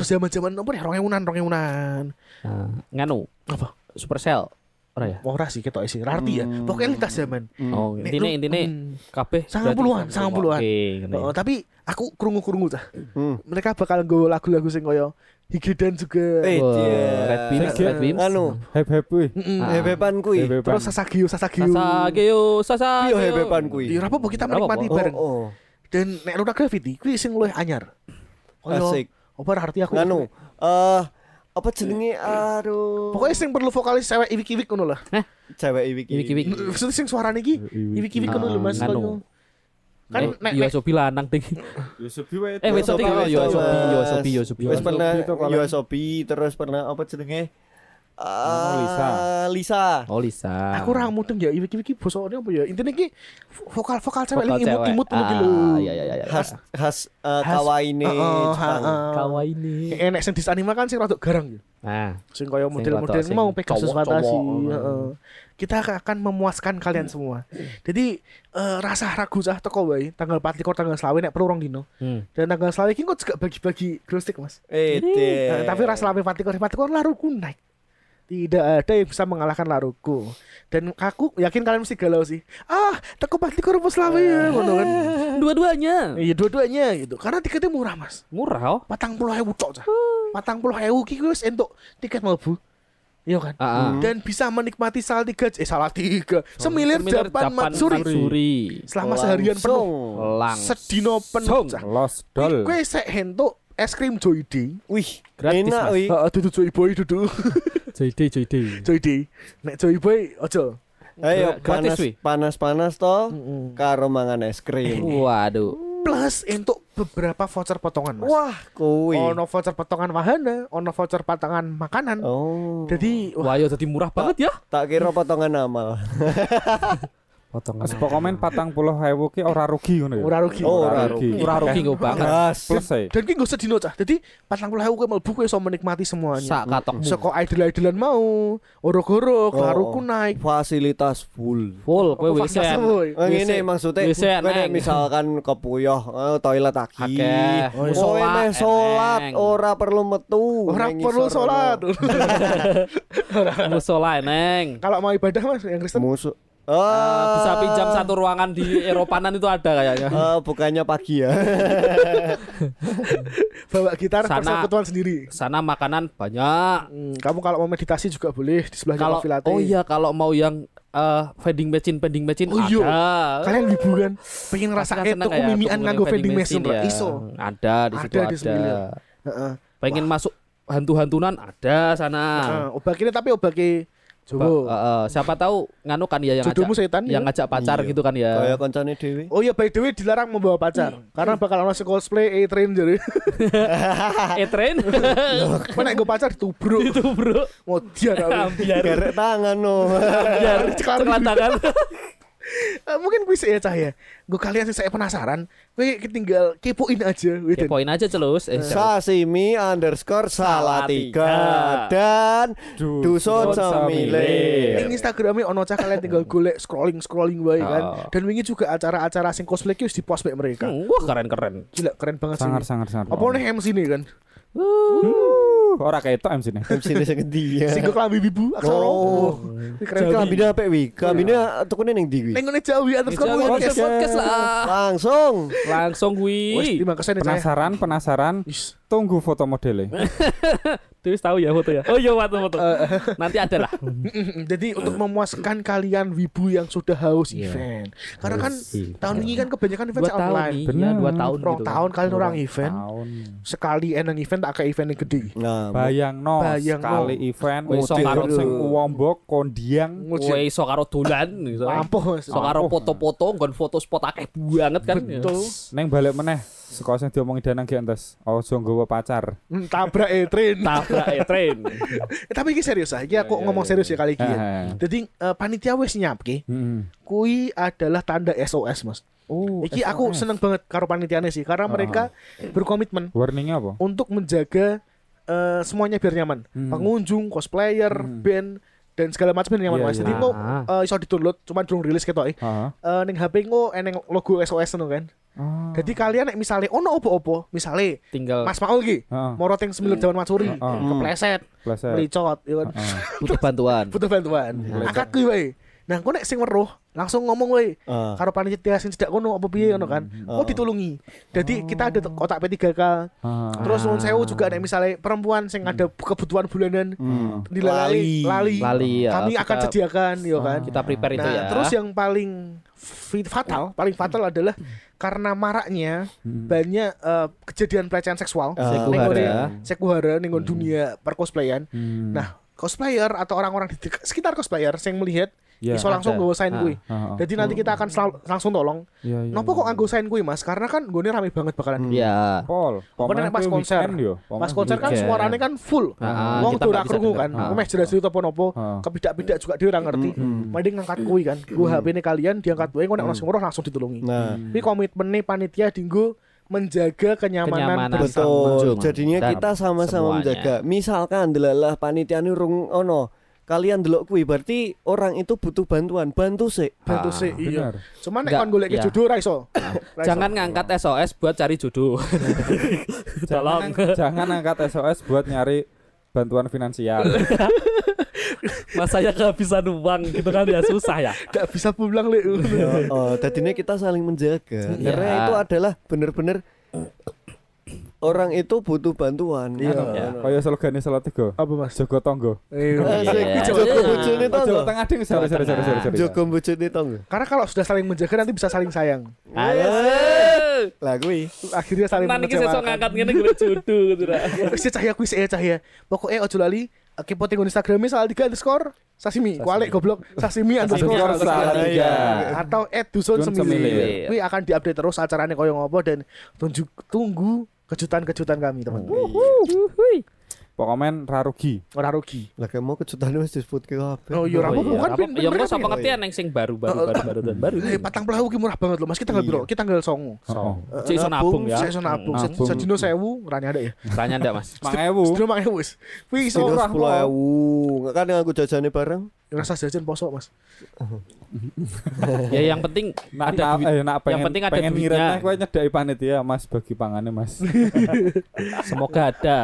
B: terus zaman-zaman apa ya 2000-an, 2000-an.
A: Nah, Nganu,
B: Apa?
A: Supercell. Ora ya?
B: Ora sih ketok sih, rarti ya.
D: Hmm.
B: Pokoknya lintas zaman.
A: Oh,
B: Hmm. Nek
A: intine
B: lu-
A: intine
B: hmm.
A: kabeh
B: Sangat
A: berarti
B: puluhan,
A: sangat
B: sangat puluhan. Oh,
A: Oke, ngene.
B: Heeh, tapi aku krungu-krungu tah.
D: Hmm.
B: Mereka bakal nggo lagu-lagu sing koyo Higedan juga.
D: Eh,
B: iya.
A: Wah,
D: dia.
A: Red Beams,
E: Saya
A: Red Ah. Beams.
D: Anu,
E: Hype-hype kuwi.
B: Mm-mm.
A: Ah.
D: hebepan kui.
E: Hebepan.
B: Terus Sasagio, Sasagio.
A: Sasageyo,
D: Iya
A: Sasageyo.
B: eh,
D: hebepan
B: Di
D: kui.
B: rapopo kita
A: Nggak
B: menikmati
D: Oh,
B: bareng.
D: oh.
B: Dan nek Luna Gravity kuwi sing luwih anyar. Koyo
D: Asik.
B: apa arti aku?
D: Nganu, eh apa jenenge aduh.
B: Pokoknya sing perlu vokalis cewek iwik-iwik ngono lah.
D: cewek iwik
A: Iwik-iwik.
D: Iya.
B: Maksudnya sing suarane iki iwik-iwik ngono lho Mas.
A: Ah, nganu.
B: koyo. Kan nek-
A: Kan
B: nek-
A: Yosobi lanang ding.
E: Yosobi wae.
A: Eh, wait,
D: Yosobi,
A: sorry, oh,
D: wait,
A: Yosobi,
D: Mas.
A: Yosobi, Yosobi.
D: Wis
E: Yosobi
D: pernah
E: itu kalau-
D: USOP terus pernah apa jenenge? Ah,
E: Lisa.
D: Lisa.
A: [LAUGHS] Oh, Lisa.
B: Aku ora mudeng ya iwik-iwik iki bosone apa ya? Intine iki vokal-vokal cewek
A: Bakal
B: lagi imut-imut gitu ngono
A: cewek.
B: iki lho.
A: Ah, iya, iya, iya, iya.
D: Khas khas
B: Khas-
D: eh, kawaine
B: Heeh,
D: Jepang.
B: heeh.
A: Kawaii ini.
B: Enek sing disanima kan sing rada garang ya.
A: Nah,
B: sing koyo model-model
A: rada sing
B: mau Pegasus
A: cowok-cowok.
B: Fantasi heeh. Hmm. kita akan memuaskan kalian semua jadi eh, rasa ragu sah teko wae tanggal 4 likur, tanggal selawe nek perlu rong dino
A: hmm.
B: [LAUGHS] dan tanggal selawe iki kok juga bagi-bagi glow stick mas
D: Eh,
B: Eh,
D: deh.
B: tapi rasa selawe 4 likur, 4 likur, laruku naik tidak ada yang bisa mengalahkan laruku dan aku yakin kalian mesti galau sih ah teko 4 likur, apa selawe ya ngono kan
A: Dua-duanya
B: iya dua-duanya gitu karena tiketnya murah mas
A: murah. oh.
B: patang puluh ewu cok cah. patang puluh ewu ki wis entuk tiket mlebu Iya kan?
A: Ah, ah.
B: Dan bisa menikmati salah tiga, eh salah tiga, semilir
A: Semilir
B: Japan
A: Japan
B: Matsuri
A: Matsuri.
B: selama seharian penuh.
D: Langsung.
A: Langsung.
B: Sedino penuh cah.
E: Lost doll.
B: Kue sek hentuk es krim Joyde.
D: Wih,
A: Gratis,
D: enak
A: Mas.
D: wih.
B: Heeh, duduk Joy Boy [LAUGHS] duduk.
E: JD JD.
B: Joyde. Nek Joy Boy ojo.
A: Oh, Gratis,
D: Ayo Eh, panas
A: wih. Oh,
D: panas-panas to karo mangan es krim.
A: Waduh.
B: Plus entuk beberapa voucher potongan, Mas.
D: Wah, kuwi.
A: Oh,
B: Ono voucher potongan wahana, ono voucher potongan makanan.
D: Oh.
B: Jadi wah,
A: Wah, yo jadi murah banget ya.
D: Tak kira potongan amal.
A: Potongan.
E: Mas pokoknya patang puluh ewu ki ora rugi ngono ya.
B: ora rugi.
D: Oh, ora
A: Murah rugi gue banget.
D: Gas.
E: Plus ae.
B: Dan ki nggak sedino cah. Jadi 40.000 kowe mlebu kowe iso menikmati semuanya.
A: Sak katokmu.
B: Soko idol-idolan mau, orok-orok,
D: Oh,
B: laruku
D: oh.
B: naik.
D: Fasilitas full.
A: Full, kowe
B: Apa
A: wis ya.
B: fasilitas woy?
D: Oh, ngene
A: Wis-
D: maksudnya
A: wis
D: kowe nek
A: eneng.
D: misalkan kepuyuh eh, toilet aki
A: Akeh.
D: kowe
A: Musola
D: meh salat
A: eneng.
D: ora perlu metu
B: Ora
D: neng
B: perlu
D: ngisor
B: sholat. [LAUGHS]
A: musola neng.
B: Kalau mau ibadah mas yang
D: ono.
B: Kristen
D: musuh
A: Eh,
D: ah
A: bisa pinjam satu ruangan di Eropanan itu ada kayaknya.
D: eh, bukannya
A: [LAUGHS]
D: pagi ya
B: bawa gitar
A: Sana.
B: persekutuan sendiri.
A: Sana makanan banyak.
B: Hmm, kamu kalau mau meditasi juga boleh di sebelah
A: Kalau
B: Coffee Latte.
A: oh iya kalau mau yang eh vending machine vending machine
B: Oh iya.
A: ada.
B: Kalian wibu kan pengen
A: Pasti
B: ngerasain
A: seneng
B: toko
A: ya,
B: mimian
A: toko
B: nganggo
A: yang
B: kan vending machine
A: ya.
B: lah. Iso.
A: Ada di situ
B: Ada
A: ada.
B: di semilir. Heeh.
A: Pengen masuk hantu-hantunan ada sana.
B: Heeh, Obakine tapi obake
A: Ah. Ba- eh,
B: Jawa.
A: eh, siapa tahu nganu kan ya yang
B: Jodohmu
A: ngajak
B: setan.
A: yang
B: ya.
A: ngajak pacar
D: Iya.
A: gitu kan ya.
D: kaya koncone dhewe
B: Oh iya by the way dilarang membawa pacar karena bakal masuk cosplay A-Train
A: [LAUGHS]
B: jadi. [LAUGHS]
A: Eh tren
B: Mana gue pacar ditubruk.
A: itu bro.
B: Mau dia tau.
A: Ambiar
D: gerek tangan
A: [LAUGHS]
D: no
A: ambiar
B: Ceklan. [LAUGHS]
A: celantangan.
B: Eh, mungkin bisa ya cah ya gue kalian sih saya penasaran gue tinggal kepoin aja wih, Den.
A: Kepoin aja celus. Eh, celus.
D: sashimi underscore salatiga
A: Salatiga.
D: dan
E: Du-
D: dusun
E: Dusun
A: iya,
E: Semilir.
B: Ing
D: semilir
B: Instagramnya ono cah kalian tinggal
A: [LAUGHS]
B: golek scrolling scrolling wae kan
A: Oh. Hmm.
B: dan wingi juga acara-acara sing cosplay ki wis di-post mek mereka
A: Wah keren-keren.
B: gila keren banget sih
E: Sangar sangar sangar.
B: apa nih MC nih
A: [LAUGHS]
B: kan
E: Uh, Ora ketok MC
B: [LAUGHS]
E: ne.
D: sini sing endi ya
B: sing gue kelambi bibu aksara
D: Oh.
B: Wih, keren
D: kelambine apik wi kelambine tukune ning ndi wi
B: Nengone Jawi ya, underscore
A: Jawi,
B: podcast.
A: podcast lah.
D: langsung
A: Langsung
B: Wes
A: gue
B: terima kasih nih saya.
E: Penasaran penasaran
B: Is,
E: tunggu foto modele.
A: Terus tahu ya foto ya. Oh iya foto
B: Eh,
A: foto. Nanti ada lah.
B: Mm-mm. [LAUGHS] Jadi untuk
A: Iya.
B: memuaskan kalian wibu yang sudah haus event. Karena kan tahun ini kan kebanyakan event
A: Dua tahun
B: online.
A: nih,
E: Bener.
A: ya, dua tahun
B: Rong
A: gitu.
B: tahun kalian orang event,
E: Tahun.
B: sekali enang event tak kayak event yang gede.
D: Nah,
E: Bayang no
B: Bayangno.
E: sekali event
A: Wih,
E: model
A: sokaro
E: sing
D: dulu.
E: uwombok kondiang
B: Ngucap.
A: Woi, sok karo dolan gitu.
B: Lampuh. Mas.
A: Sok karo foto-foto, nggon foto spot akeh banget kan.
B: Betul.
E: neng balik meneh saka sing diomongi danang ki entes aja nggawa pacar.
B: Mm, Tabrak eh train.
A: Tabrak ya train.
B: [LAUGHS] Eh, Tapi ini serius ah. Ini aku
E: Iya,
B: ngomong
E: iya,
B: serius ya kali ini. ya.
E: Heeh.
B: Jadi eh, panitia wis nyiapke.
E: Heeh.
B: Kui adalah tanda SOS, Mas.
E: Oh,
B: Iki aku
E: SOS.
B: seneng banget karo panitiane sih karena mereka berkomitmen
E: warningnya apa?
B: untuk menjaga eh, semuanya biar nyaman.
E: Hmm.
B: Pengunjung, cosplayer,
E: Hmm.
B: band dan segala macam biar nyaman
E: Iya,
B: mas.
E: iya.
B: Jadi mau eh, iso didownload cuman durung rilis ketok. Eh
E: Heeh.
B: Eh, ning HP ngo eneng logo SOS ngono kan.
E: Ah.
B: Jadi kalian nek misale ono opo-opo, misale
E: Oh.
A: Tinggal
B: Mas Maul ki
E: Heeh.
B: moro teng 9 Jaman Matsuri,
E: Heeh.
B: kepleset,
E: Pleset.
B: mricot, ya kan.
E: Heeh.
C: butuh bantuan.
B: butuh bantuan. Akad kuwi wae. Nah, kok nek sing weruh langsung ngomong wae.
D: ah,
B: karo panitia sing cedak kono apa piye ngono kan. Oh ditulungi. Jadi kita ada kotak P3K.
E: Heeh.
B: Terus nuwun sewu juga nek misalnya perempuan sing ada kebutuhan bulanan
D: hmm.
B: dilalali lali.
C: Lali ya.
B: Kami akan
C: kita-
B: sediakan ya kan.
C: Kita prepare itu
B: nah,
C: ya.
B: terus yang paling fi- fatal, paling fatal adalah karena maraknya banyak eh, kejadian pelecehan seksual.
D: Ah.
B: Ning
C: Sekuhara.
B: ngone- Sekuhara ning ngone dunia percosplayan.
E: Hmm.
B: Nah, cosplayer atau orang-orang di sekitar cosplayer yang melihat
E: Ya.
B: iso langsung
C: ada.
B: nggawa sign
C: Ah.
B: kuwi.
E: Heeh.
B: Jadi nanti kita akan selalu- langsung tolong
E: Iya, iya,
B: Nopo
E: iya.
B: kok nganggo sign kuwi Mas? Karena kan gue rame banget
A: Hmm.
B: bakalan.
A: Iya.
C: Ya.
E: Pol.
B: Pokoknya pas
E: kuwi
B: konser.
E: weekend yo.
B: Mas konser kan
C: Weekend.
B: suaranya kan full.
C: Ah,
B: Wong
C: kita
B: tuh
C: nggak
B: rak
C: bisa
B: krungu
C: denger.
B: kan.
E: Ah.
B: Aku meh jelas cerita nopo.
E: Ah.
B: Kebidak-bidak juga dia ora ngerti. Mending ngangkat kuwi kan. Gue HP ini kalian diangkat kuwi kok nek ono sing ngurus langsung ditulungi.
D: Nah,
E: Hmm.
B: Ini komitmennya panitia dinggo menjaga kenyamanan.
C: Kenyamanan.
B: bersama.
D: betul.
C: sama.
D: Jadinya
C: Dan
D: kita sama-sama
C: semuanya.
D: menjaga. Misalkan delalah panitiane rung ono, kalian delok kuwi berarti orang itu butuh bantuan. Bantu
B: [LAUGHS]
D: sih.
B: Bantu sih iya.
E: Benar.
B: Cuman nek
A: Nggak,
B: kon golek
A: iya.
B: jodoh ora iso. Ora iso.
A: Jangan ngangkat SOS buat cari
B: [LAUGHS]
A: jodoh. Tolong.
E: [LAUGHS] Jangan angkat SOS buat nyari bantuan finansial.
A: Mas saya kehabisan uang gitu kan ya susah ya.
B: Nggak bisa pulang lek.
D: Oh, tadinya kita saling menjaga.
C: Iya.
D: Karena itu adalah bener-bener orang itu butuh bantuan.
B: Iya.
D: Anu,
A: Ya.
D: anu.
E: Kaya slogannya Salatiga.
B: Apa Mas?
E: Jogo tonggo.
B: Iya.
D: Asik,
C: Iya.
D: Jogo bojone tonggo.
E: Jawa Tengah ding, sorry sorry sorry sorry. sorry.
D: Jogo bojone tonggo.
B: Karena kalau sudah saling menjaga nanti bisa saling sayang.
A: Ayo.
D: Lah kuwi.
B: Akhirnya saling
A: Nanti kan. kita sok
B: mengecewakan. [LAUGHS]
A: ngangkat ngene gue jodoh gitu lah.
B: Wis ya cahya kuis ya cahya. Pokoknya ojo lali eh, kepo tengok Instagramnya salah tiga e, underscore sashimi. Kualek goblok sashimi
E: Underscore
B: underscore
E: salah
B: Salatiga.
E: tiga.
B: Atau at dusun
E: Dusun
B: semili.
E: Semili.
B: Kuwi akan diupdate terus acaranya koyo ngopo dan tunjuk tunggu kejutan-kejutan kami teman.
E: Pokoknya ra rugi.
B: Ora rugi.
D: Lah kayak mau kejutan wis disebut ke kabeh.
B: Oh iya rapo bukan pin
A: Ya
B: beneran,
A: kok
B: Pin.
A: sapa ngerti neng sing baru baru baru baru dan baru.
B: Oh, Eh patang puluh ki murah banget loh Mas. Kita tanggal piro? Kita tanggal 9.
E: Oh.
A: Cek iso nabung ya. Hmm.
B: Saya Eh, iso nabung. Se-
E: Nabung.
B: Sedino 1000 rane ada ya.
A: Tanya ndak Mas?
E: Mangewu.
B: Sedino 1000 wis. Kuwi iso
D: Sino
B: ora
D: 10.000. Kan yang aku jajane bareng.
B: rasa jajan poso Mas.
A: Ya yang penting
E: Nak
A: ada
E: nak-
A: duit.
E: eh, nak pengen,
A: penting ada
E: pengen
A: duitnya.
E: ngirit nah, kowe nyedaki panitia Mas bagi pangannya Mas.
A: Semoga ada.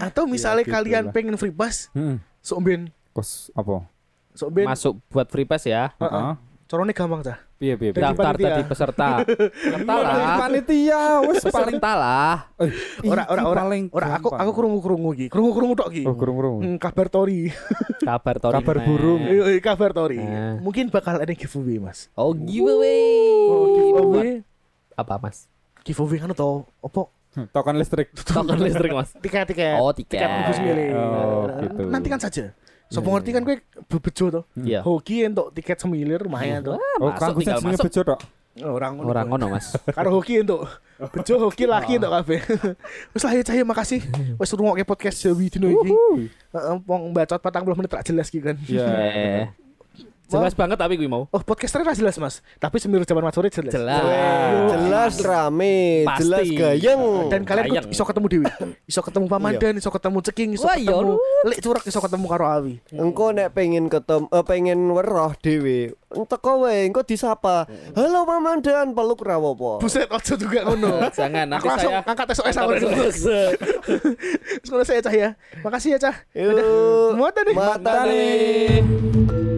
B: Atau misalnya
E: gitu
B: kalian
E: lah.
B: pengen free pass,
E: Heeh.
B: sok ben
E: Hmm. Kos apa?
B: sok ben
A: Masuk buat free pass ya.
B: Heeh.
E: Heeh.
B: Corone gampang cah.
E: Piye piye. piye.
B: Jadi
A: Daftar
B: panitia.
A: jadi
B: [LAUGHS]
A: peserta. Peserta lah.
E: Dari Panitia wis paling
A: Peserta lah.
E: Eh,
B: Ora
E: iki
B: ora ora.
E: paling
B: Ora aku
E: gampang.
B: aku krungu-krungu iki. Krungu-krungu tok iki.
E: Oh, kurung-kurung.
B: Hmm, kabar tori.
A: Kabar tori.
E: Kabar
A: Mas.
E: burung.
B: Eh, eh, kabar tori.
A: Eh.
B: Mungkin bakal ada giveaway, Mas.
A: Oh giveaway. Buat
B: Oh, giveaway.
A: apa Mas?
B: Giveaway kan tau opo?
E: Token listrik.
A: Token listrik Mas.
B: Tiket-tiket.
A: Oh, tiket.
B: Eh, bungkus milih.
E: Oh,
B: Nah,
E: gitu.
B: Nanti kan saja. Sopo ngerti kan kowe bebejo to.
A: Iya.
B: Hoki entuk tiket semilir lumayan to.
A: Wah,
E: Oh,
A: masuk,
E: kangku
A: tinggal
E: jenenge
A: masuk.
E: bejo tok.
B: Orang ngono.
A: Orang ngono Mas.
B: Karo hoki entuk. Bejo hoki laki entuk kabeh. [LAUGHS] Wis lah ya cahya makasih. Wis rungokke podcast Jawi dino iki. Heeh, wong bacot 40 menit tak jelas iki kan.
E: Iya.
A: Eh. Jelas banget tapi gue mau.
B: Oh, podcasternya ra jelas, Mas. Tapi semilir zaman Mas Sore jelas.
D: Weh,
A: Jelas.
D: jelas rame,
A: Ah. Pasti.
D: jelas gayeng.
B: dan kalian
A: Sayang.
B: kok iso ketemu Dewi iso ketemu Pamandan iso ketemu Ceking iso
A: Wah, iya,
B: ketemu Lek Curek iso ketemu karo Awi
D: Engko nek pengen ketemu eh, pengen weruh dhewe, teko wae engko disapa. Halo Mamandan, peluk ra apa
B: buset ojo juga
A: [LAUGHS]
B: ngono
A: Jangan
B: aku langsung
A: nanti saya
B: angkat SOS aku langsung terus ngono saya Cah ya makasih ya Cah
D: Yuk.
B: muatan nih
D: Mata nih.